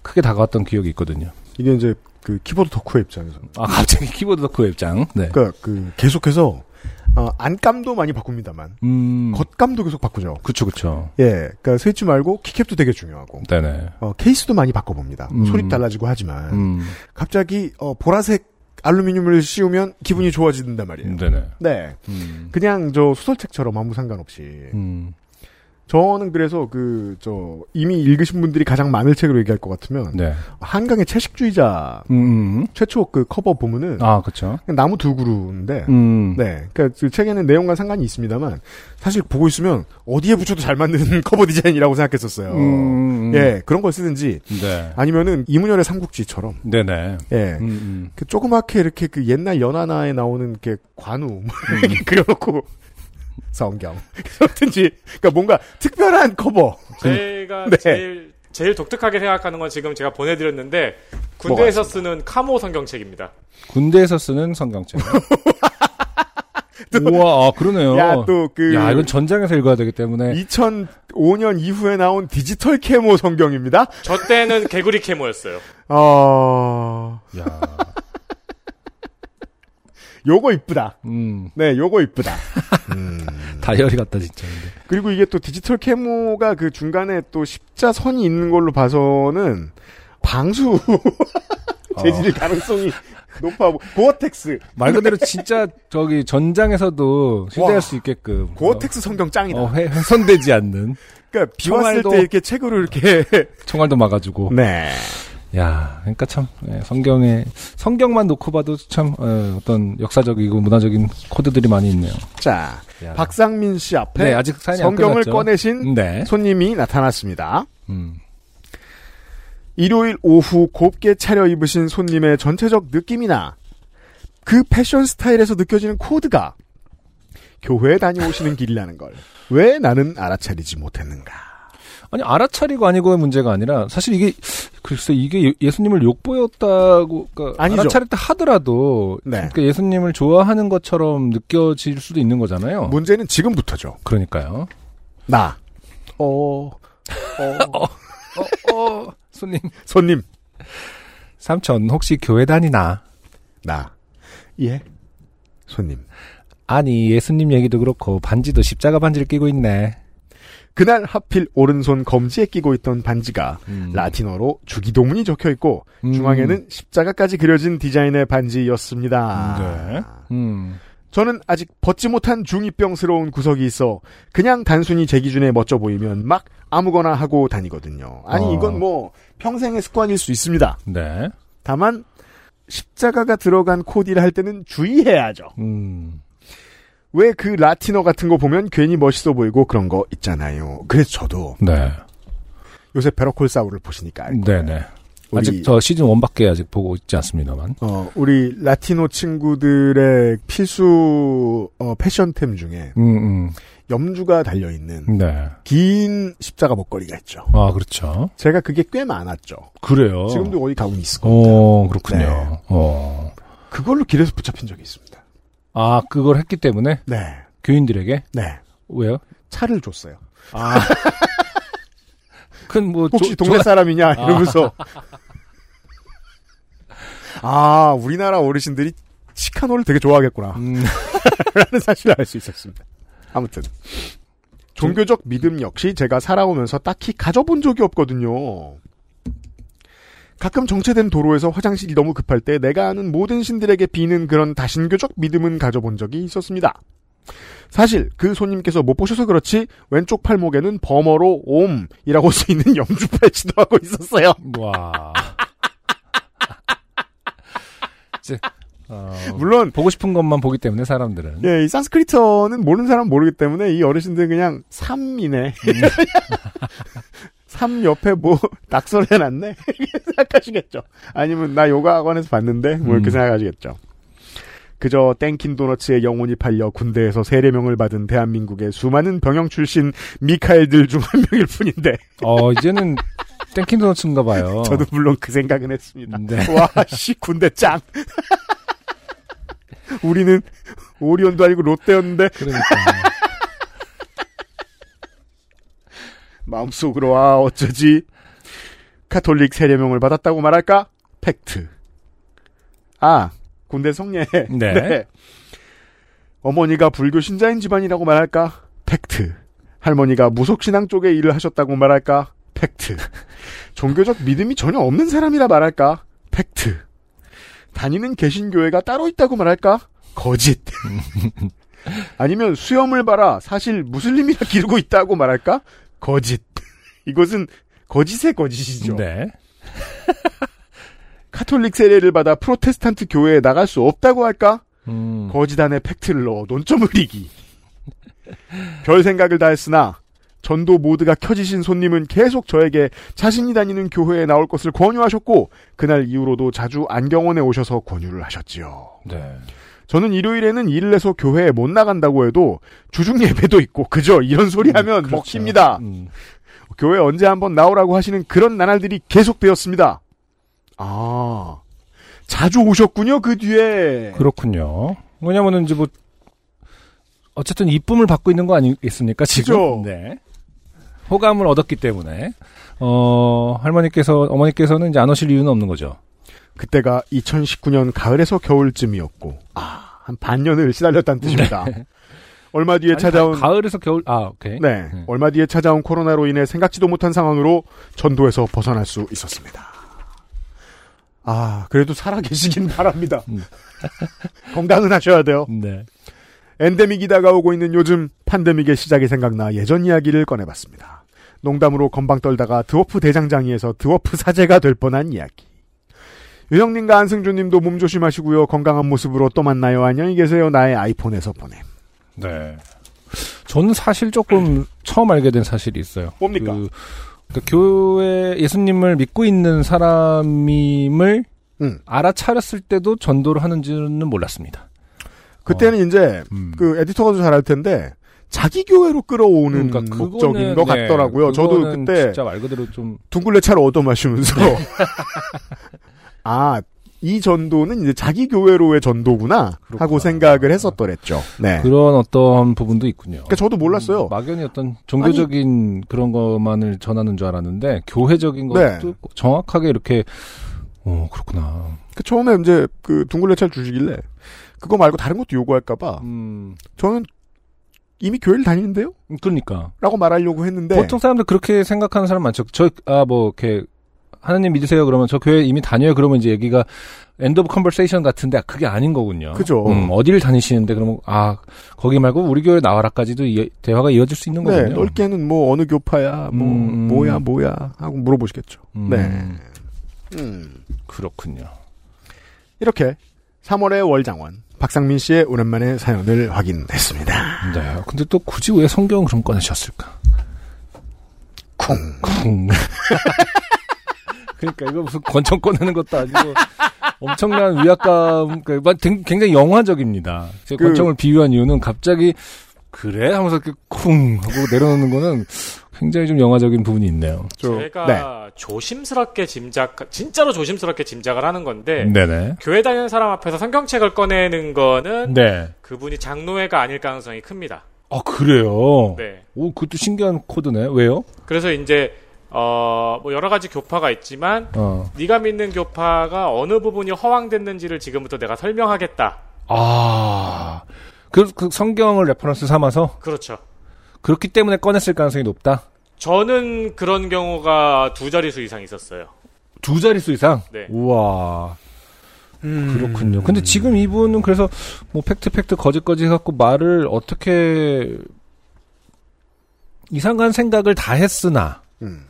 크게 다가왔던 기억이 있거든요.
이게 이제 그 키보드 덕후의 입장에서.
아 갑자기 키보드 덕후의 입장. 네.
그러니까 그 계속해서 어, 안감도 많이 바꿉니다만
음.
겉감도 계속 바꾸죠.
그쵸 그쵸.
예, 그러니까 스위치 말고 키캡도 되게 중요하고
네네.
어, 케이스도 많이 바꿔봅니다.
음.
소리 달라지고 하지만
음.
갑자기 어, 보라색 알루미늄을 씌우면 기분이 좋아진단 말이에요.
네네.
네,
예. 음.
그냥 저 소설책처럼 아무 상관없이
음.
저는 그래서 그 저 이미 읽으신 분들이 가장 많을 책으로 얘기할 것 같으면
네.
한강의 채식주의자
음. 음.
최초 그 커버 보면은
아 그쵸.
그냥 나무 두 그루인데
음.
네 그러니까 그 책에는 내용과 상관이 있습니다만 사실 보고 있으면 어디에 붙여도 잘 맞는 (laughs) 커버 디자인이라고 생각했었어요.
음.
예 그런 걸 쓰든지
네.
아니면은 이문열의 삼국지처럼
네네.
예.
음. 음.
그 조그맣게 이렇게 그 옛날 연하나에 나오는 이렇게 관우 뭐 (laughs)
음.
이렇게 그려놓고 성경 그렇든지 그러니까 뭔가 특별한 커버
음.
제가
네.
제일 제일 독특하게 생각하는 건 지금 제가 보내드렸는데 군대에서 쓰는 카모 성경책입니다.
군대에서 쓰는 (laughs) 성경책. 우와, 아, 그러네요.
야, 또 그-
야, 이건 전장에서 읽어야 되기 때문에
2005년 이후에 나온 디지털 캐모 성경입니다.
저 때는 개구리 캐모였어요.
어,
야.
요거 이쁘다.
음.
네, 요거 이쁘다.
다이어리 음, 같다 진짜. 근데.
그리고 이게 또 디지털 캐모가 그 중간에 또 십자선이 있는 걸로 봐서는 방수 (laughs) 재질일 가능성이 높아 보. 고어텍스.
어. 말 그대로 진짜 저기 전장에서도 휴대할 수 있게끔
고어텍스 성경 짱이다.
어, 어, 훼- 훼손되지 않는
그러니까 비 왔을
총알도-
때 이렇게 책으로 이렇게
총알도 막아주고
(laughs) 네.
야 그러니까 참 예, 성경에 성경만 놓고 봐도 참 어, 어떤 역사적이고 문화적인 코드들이 많이 있네요.
자, 박상민 씨 앞에
네 아직 사연이 안
성경을
끝났죠.
꺼내신
네.
손님이 나타났습니다.
음.
일요일 오후 곱게 차려입으신 손님의 전체적 느낌이나 그 패션 스타일에서 느껴지는 코드가 교회에 다녀오시는 길이라는 걸 왜 나는 알아차리지 못했는가.
아니 알아차리고 아니고의 문제가 아니라 사실 이게 글쎄 이게 예- 예수님을 욕보였다고 그러니까
아니죠.
알아차렸다 하더라도
네.
그러니까 예수님을 좋아하는 것처럼 느껴질 수도 있는 거잖아요.
문제는 지금부터죠.
그러니까요.
나. 어,
어, 어, (laughs) 손님
(laughs) 손님.
삼촌 혹시 교회 다니나?
나. 예. 손님.
아니 예수님 얘기도 그렇고 반지도 십자가 반지를 끼고 있네.
그날 하필 오른손 검지에 끼고 있던 반지가 라틴어로 주기도문이 적혀 있고
음.
중앙에는 십자가까지 그려진 디자인의 반지였습니다.
네. 음.
저는 아직 벗지 못한 중2병스러운 구석이 있어 그냥 단순히 제 기준에 멋져 보이면 막 아무거나 하고 다니거든요. 아니
어.
이건 뭐 평생의 습관일 수 있습니다.
네.
다만 십자가가 들어간 코디를 할 때는 주의해야죠.
음.
왜 그 라틴어 같은 거 보면 괜히 멋있어 보이고 그런 거 있잖아요. 그래서 저도
네.
요새 베러콜사우를 보시니까 알고
네, 네.
우리-
아직 저 시즌 1밖에 아직 보고 있지 않습니다만.
어, 우리 라티노 친구들의 필수 어, 패션템 중에
음,
염주가 달려 있는
음. 네.
긴 십자가 목걸이가 있죠.
아, 그렇죠.
제가 그게 꽤 많았죠.
그래요.
지금도 어디 가면 있을 겁니다.
어, 그렇군요.
네.
어.
그걸로 길에서 붙잡힌 적이 있습니다.
아, 그걸 했기 때문에
네,
교인들에게
네.
왜요?
차를 줬어요.
아. 큰뭐
혹시 동네 사람이냐 이러면서. 아, 우리나라 어르신들이 치카노를 되게 좋아하겠구나.
음.
라는 사실을 알 수 있었습니다. 아무튼. 종교적 믿음 역시 제가 살아오면서 딱히 가져본 적이 없거든요. 가끔 정체된 도로에서 화장실이 너무 급할 때 내가 아는 모든 신들에게 비는 그런 다신교적 믿음은 가져본 적이 있었습니다. 사실 그 손님께서 못 보셔서 그렇지 왼쪽 팔목에는 범어로 옴이라고 쓰이는 염주 팔찌도 하고 있었어요. (laughs)
와. 이제 어,
물론
보고 싶은 것만 보기 때문에 사람들은
예, 이 산스크리트어는 모르는 사람 모르기 때문에 이 어르신들은 그냥 삼이네. (laughs) 삼 옆에 뭐 낙서를 해놨네 (laughs) 이렇게 생각하시겠죠. 아니면 나 요가 학원에서 봤는데 뭐 이렇게
음.
생각하시겠죠. 그저 땡킨 도너츠의 영혼이 팔려 군대에서 세례명을 받은 대한민국의 수많은 병영 출신 미카엘들 중 한 명일 뿐인데
어 이제는 땡킨 도너츠인가 봐요.
(laughs) 저도 물론 그 생각은 했습니다.
어. 네.
(laughs) 와씨 군대 짱. (laughs) 우리는 오리온도 아니고 롯데였는데
그러니까.
마음속으로 아 어쩌지 카톨릭 세례명을 받았다고 말할까 팩트 아 군대 성례 (laughs)
네.
어머니가 불교 신자인 집안이라고 말할까 팩트 할머니가 무속신앙 쪽에 일을 하셨다고 말할까 팩트 종교적 믿음이 전혀 없는 사람이라 말할까 팩트 다니는 개신교회가 따로 있다고 말할까 거짓 아니면 수염을 봐라 사실 무슬림이라 기르고 있다고 말할까 거짓. 이것은 거짓의 거짓이죠.
네.
카톨릭 세례를 받아 프로테스탄트 교회에 나갈 수 없다고 할까?
음.
거짓 안에 팩트를 넣어 논점을 이기. 별 생각을 다 했으나 전도 모드가 켜지신 손님은 계속 저에게 자신이 다니는 교회에 나올 것을 권유하셨고 그날 이후로도 자주 안경원에 오셔서 권유를 하셨지요.
네.
저는 일요일에는 일을 해서 교회에 못 나간다고 해도 주중 예배도 있고 그죠? 이런 소리 하면 먹힙니다.
음.
교회 언제 한번 나오라고 하시는 그런 나날들이 계속되었습니다. 아, 자주 오셨군요, 그 뒤에.
그렇군요. 왜냐면은 이제 뭐 어쨌든 이쁨을 받고 있는 거 아니겠습니까 지금?
그죠?
네. 호감을 얻었기 때문에 어 할머니께서 어머니께서는 이제 안 오실 이유는 없는 거죠.
그때가 2019년 가을에서 겨울쯤이었고, 아, 한 반년을 시달렸다는 뜻입니다. 얼마 뒤에
아니,
찾아온
가을에서 겨울 아 오케이
네,
네.
얼마 뒤에 찾아온 코로나로 인해 생각지도 못한 상황으로 전도에서 벗어날 수 있었습니다. 아, 그래도 살아계시긴 바랍니다. (laughs) 건강은 하셔야 돼요.
네.
엔데믹이 다가오고 있는 요즘 팬데믹의 시작이 생각나 예전 이야기를 꺼내봤습니다. 농담으로 건방 떨다가 드워프 대장장이에서 드워프 사제가 될 뻔한 이야기. 유형님과 안승준님도 몸 조심하시고요. 건강한 모습으로 또 만나요. 안녕히 계세요. 나의 아이폰에서 보냄.
네. 저는 사실 조금 처음 알게 된 사실이 있어요.
뭡니까?
그, 그러니까 교회 예수님을 믿고 있는 사람임을
음.
알아차렸을 때도 전도를 하는지는 몰랐습니다.
그때는 이제
음.
그 에디터가 더 잘할 텐데 자기 교회로 끌어오는
그러니까 그거는,
목적인 것
네,
같더라고요. 저도
그거는
그때
진짜 네. 말 그대로 좀
둥글레 차를 얻어 마시면서 (laughs) 아 이 전도는 이제 자기 교회로의 전도구나 하고
그렇구나.
생각을 했었더랬죠. 네.
그런 어떤 부분도 있군요.
그러니까 저도 몰랐어요.
음, 막연히 어떤 종교적인 그런 것만을 전하는 줄 알았는데 교회적인
네.
것도 정확하게 이렇게 어 그렇구나.
그 처음에 이제 그 둥글레 차를 주시길래 그거 말고 다른 것도 요구할까봐
음
저는 이미 교회를 다니는데요?
그러니까
라고 말하려고 했는데
보통 사람들 그렇게 생각하는 사람 많죠. 저 아 뭐 이렇게 하나님 믿으세요 그러면 저 교회 이미 다녀요 그러면 이제 얘기가 엔드 오브 컨버세이션 같은데 아, 그게 아닌 거군요.
그죠.
음, 어디를 다니시는데 그러면 아 거기 말고 우리 교회 나와라까지도 이- 대화가 이어질 수 있는
네,
거군요.
넓게는 뭐 어느 교파야, 뭐
음, 음.
뭐야 뭐야 하고 물어보시겠죠.
음,
네. 음.
그렇군요.
이렇게 3월의 월장원 박상민 씨의 오랜만에 사연을 확인했습니다.
네. 근데 또 굳이 왜 성경을 그럼 꺼내셨을까?
쿵.
쿵. (laughs) 그러니까 이거 무슨 권총 꺼내는 것도 아니고 엄청난 위압감, 그러니까 등- 굉장히 영화적입니다. 제
그-
권총을 비유한 이유는 갑자기 그래 하면서 이렇게 쿵 하고 내려놓는 거는 굉장히 좀 영화적인 부분이 있네요.
저-
제가
네.
조심스럽게 짐작, 진짜로 조심스럽게 짐작을 하는 건데
네네.
교회 다니는 사람 앞에서 성경책을 꺼내는 거는
네.
그분이 장로회가 아닐 가능성이 큽니다.
아 그래요.
네.
오 그것도 신기한 코드네. 왜요?
그래서 이제 어, 뭐 여러 가지 교파가 있지만
어.
네가 믿는 교파가 어느 부분이 허황됐는지를 지금부터 내가 설명하겠다.
아. 그, 그 성경을 레퍼런스 삼아서
그렇죠.
그렇기 때문에 꺼냈을 가능성이 높다.
저는 그런 경우가 두 자릿수 이상 있었어요.
두 자릿수 이상?
네.
우와. 음. 그렇군요. 근데 지금 이분은 그래서 뭐 팩트 팩트 거짓 거짓 해갖고 말을 어떻게 이상한 생각을 다 했으나
음.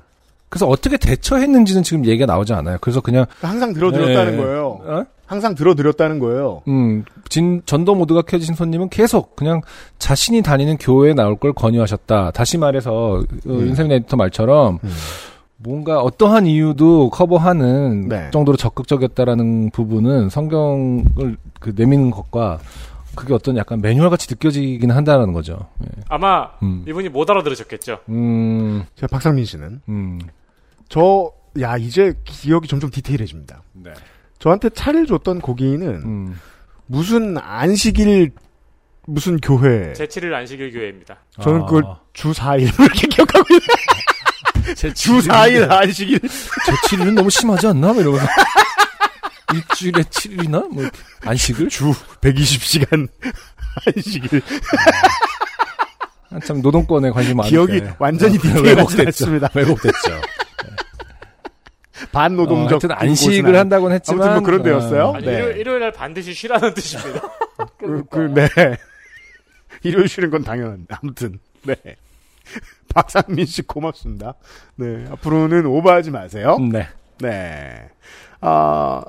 그래서 어떻게 대처했는지는 지금 얘기가 나오지 않아요. 그래서 그냥
항상 들어드렸다는
네.
거예요.
어?
항상 들어드렸다는 거예요.
음, 진, 전도 모드가 켜진 손님은 계속 그냥 자신이 다니는 교회에 나올 걸 권유하셨다. 다시 말해서,
음.
어, 인세민 에디터 말처럼, 뭔가 어떠한 이유도 커버하는
네.
정도로 적극적이었다라는 부분은 성경을 그 내미는 것과 그게 어떤 약간 매뉴얼 같이 느껴지긴 한다라는 거죠. 예.
아마
음.
이분이 못 알아들으셨겠죠.
음,
제가 박상민 씨는
음.
저 야 이제 기억이 점점 디테일해집니다.
네.
저한테 차를 줬던 고기는
음.
무슨 안식일 무슨 교회
제7일 안식일 교회입니다.
저는
아.
그걸 주 4일 (laughs) 이렇게 기억하고 있어요. 주 4일 (laughs) 안식일
제칠일은 너무 심하지 않나? 막 이러면서. 일주일에 칠일이나 뭐, 이렇게 안식을?
주 120시간 (laughs) 안식일
한참 노동권에 관심 많을
기억이
때. (laughs)
완전히 디테일해졌습니다.
네. 어,
네.
왜곡됐죠. 어,
반노동적
하여튼 안식을
곳은
한다고는 했지만
아무튼 뭐 그런 데였어요.
어,
아니,
네.
일요, 일요일 날 반드시 쉬라는 (laughs) 뜻입니다.
그, 그, 네. (laughs) 일요일 쉬는 건 당연한데, 아무튼, 네. (laughs) 박상민 씨 고맙습니다. 네. 앞으로는 오버하지 마세요.
네.
네. 아,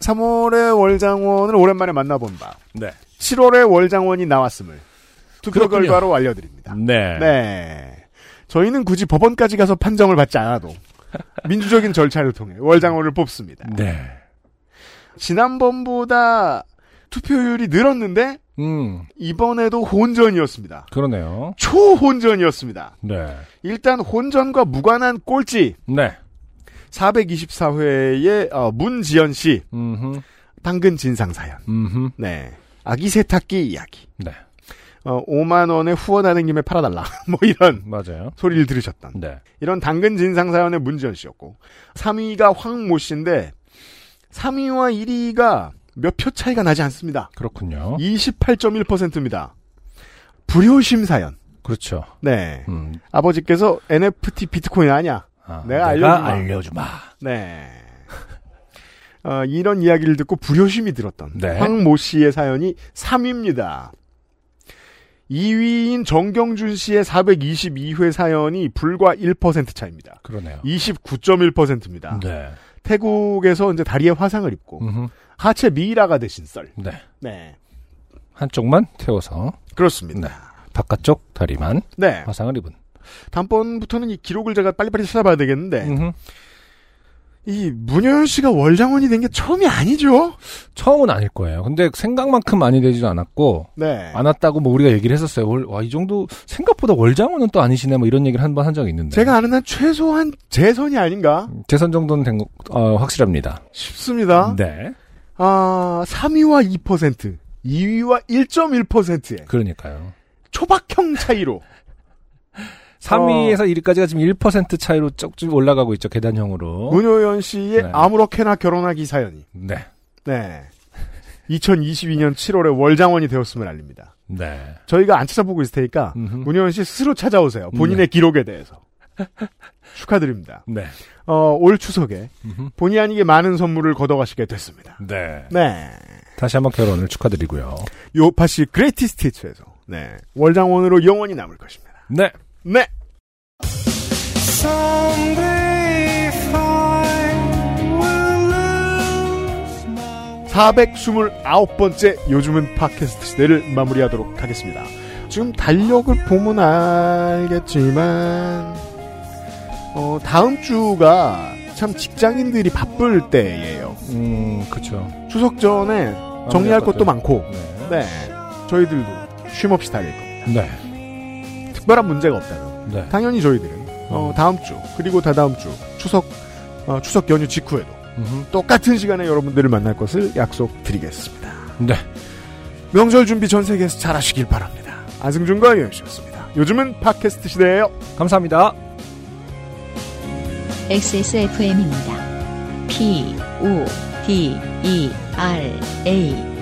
3월의 월장원을 오랜만에 만나본 바.
네.
7월의 월장원이 나왔음을 투표
그렇군요.
결과로 알려드립니다.
네.
네. 저희는 굳이 법원까지 가서 판정을 받지 않아도 민주적인 절차를 통해 월장원을 뽑습니다.
네.
지난번보다 투표율이 늘었는데
음,
이번에도 혼전이었습니다.
그러네요.
초혼전이었습니다.
네.
일단 혼전과 무관한 꼴찌
네.
424회의 어, 문지연 씨
음흠.
당근 진상 사연.
음흠.
네. 아기 세탁기 이야기.
네.
5만 원에 후원하는 김에 팔아달라. (laughs) 뭐 이런
맞아요.
소리를 들으셨던
네.
이런 당근 진상 사연의 문지연 씨였고 3위가 황모 씨인데 3위와 1위가 몇 표 차이가 나지 않습니다.
어? 그렇군요.
28.1%입니다. 불효심 사연.
그렇죠.
네.
음.
아버지께서 NFT 비트코인 아냐?
아,
내가 알려주마.
(laughs)
네. 어, 이런 이야기를 듣고 불효심이 들었던
네.
황모 씨의 사연이 3위입니다. 2위인 정경준 씨의 422회 사연이 불과 1% 차입니다.
그러네요.
29.1%입니다.
네.
태국에서 이제 다리에 화상을 입고
음흠.
하체 미이라가 되신 썰.
네.
네.
한쪽만 태워서 음.
그렇습니다.
바깥쪽 다리만
네.
화상을 입은.
다음번부터는 이 기록을 제가 빨리빨리 찾아봐야 되겠는데
음흠.
이 문효연 씨가 월장원이 된 게 처음이 아니죠?
처음은 아닐 거예요. 근데 생각만큼 많이 되지도 않았고
네.
안 왔다고 뭐 우리가 얘기를 했었어요. 월, 와, 이 정도 생각보다 월장어는 또 아니시네 뭐 이런 얘기를 한 번 한 적이 있는데.
제가 아는 한 최소한 재선이 아닌가
재선 정도는 된 거, 어, 확실합니다.
싶습니다.
네.
아, 3위와 2%, 2위와 1.1%의
그러니까요.
초박형 차이로
3위에서 1위까지가 지금 1% 차이로 쭉쭉 올라가고 있죠. 계단형으로.
문효연 씨의
어? 네.
아무렇게나 결혼하기 사연이
네.
네.
(laughs)
2022년 7월에 월장원이 되었음을 알립니다.
네.
저희가 안 찾아보고 있을 테니까
음흠.
문효연 씨 스스로 찾아오세요. 본인의
(laughs)
기록에 대해서. 축하드립니다.
네.
어, 올 추석에
음흠.
본의 아니게 많은 선물을 걷어가시게 됐습니다.
네.
네.
다시 한번 결혼을 축하드리고요.
요파 씨 그레이티스트 히트에서 네. 월장원으로 영원히 남을 것입니다.
네.
네. (429번째) 번째 요즘은 팟캐스트 시대를 마무리하도록 하겠습니다 지금 달력을 보면 알겠지만 어, 다음 주가 참 직장인들이 바쁠 때예요
음, 그쵸.
추석 전에 정리할 것도 많고
아, 네.
네 저희들도 쉼 없이 달릴 겁니다
네.
특별한 문제가 없다면
네.
당연히 저희들은 어, 다음 주 그리고 다다음 주 추석 어, 추석 연휴 직후에도
음흠.
똑같은 시간에 여러분들을 만날 것을 약속드리겠습니다.
네.
명절 준비 전 세계에서 잘하시길 바랍니다. 안승준과 유현씨였습니다. 요즘은 팟캐스트 시대예요.
감사합니다.
XSFM입니다. P, O, D, E, R, A.